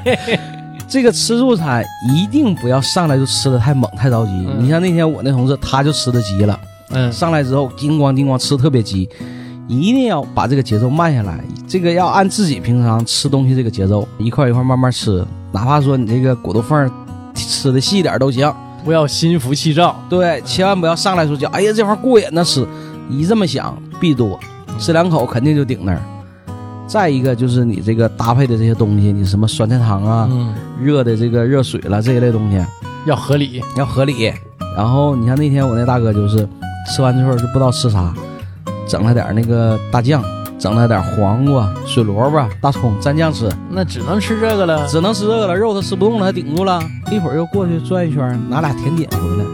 这个吃助餐一定不要上来就吃的太猛太着急。
嗯
你像那天我那同事，他就吃的急了。
嗯
上来之后叮咣叮咣吃特别急，一定要把这个节奏慢下来，这个要按自己平常吃东西这个节奏，一块一块慢慢吃，哪怕说你这个骨头缝儿吃的细一点都行，
不要心浮气躁。
对，千万不要上来说就哎呀这玩意儿过瘾呢吃，一这么想必多，吃两口肯定就顶那儿。再一个就是你这个搭配的这些东西，你什么酸菜汤啊、
嗯，
热的这个热水了这一类东西啊
要合理。
要合理。然后你看那天我那大哥就是吃完之后就不知道吃啥，整了点那个大酱，整了点黄瓜、水萝卜、大葱蘸酱吃，
那只能吃这个了。
只能吃这个了，肉他吃不动了，他顶住了。一会儿又过去转一圈，拿俩甜点回来，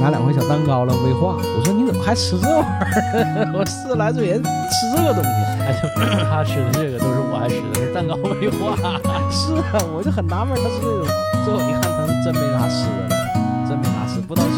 拿两块小蛋糕了，威化。我说你怎么还吃这玩意儿？ 我四十来岁人吃这个东西，
哎呀他吃的这个都是我爱吃的，是蛋糕没化。
是啊，我就很纳闷他吃这种。最后一看，他是真没啥吃的了，真没啥吃，不知道吃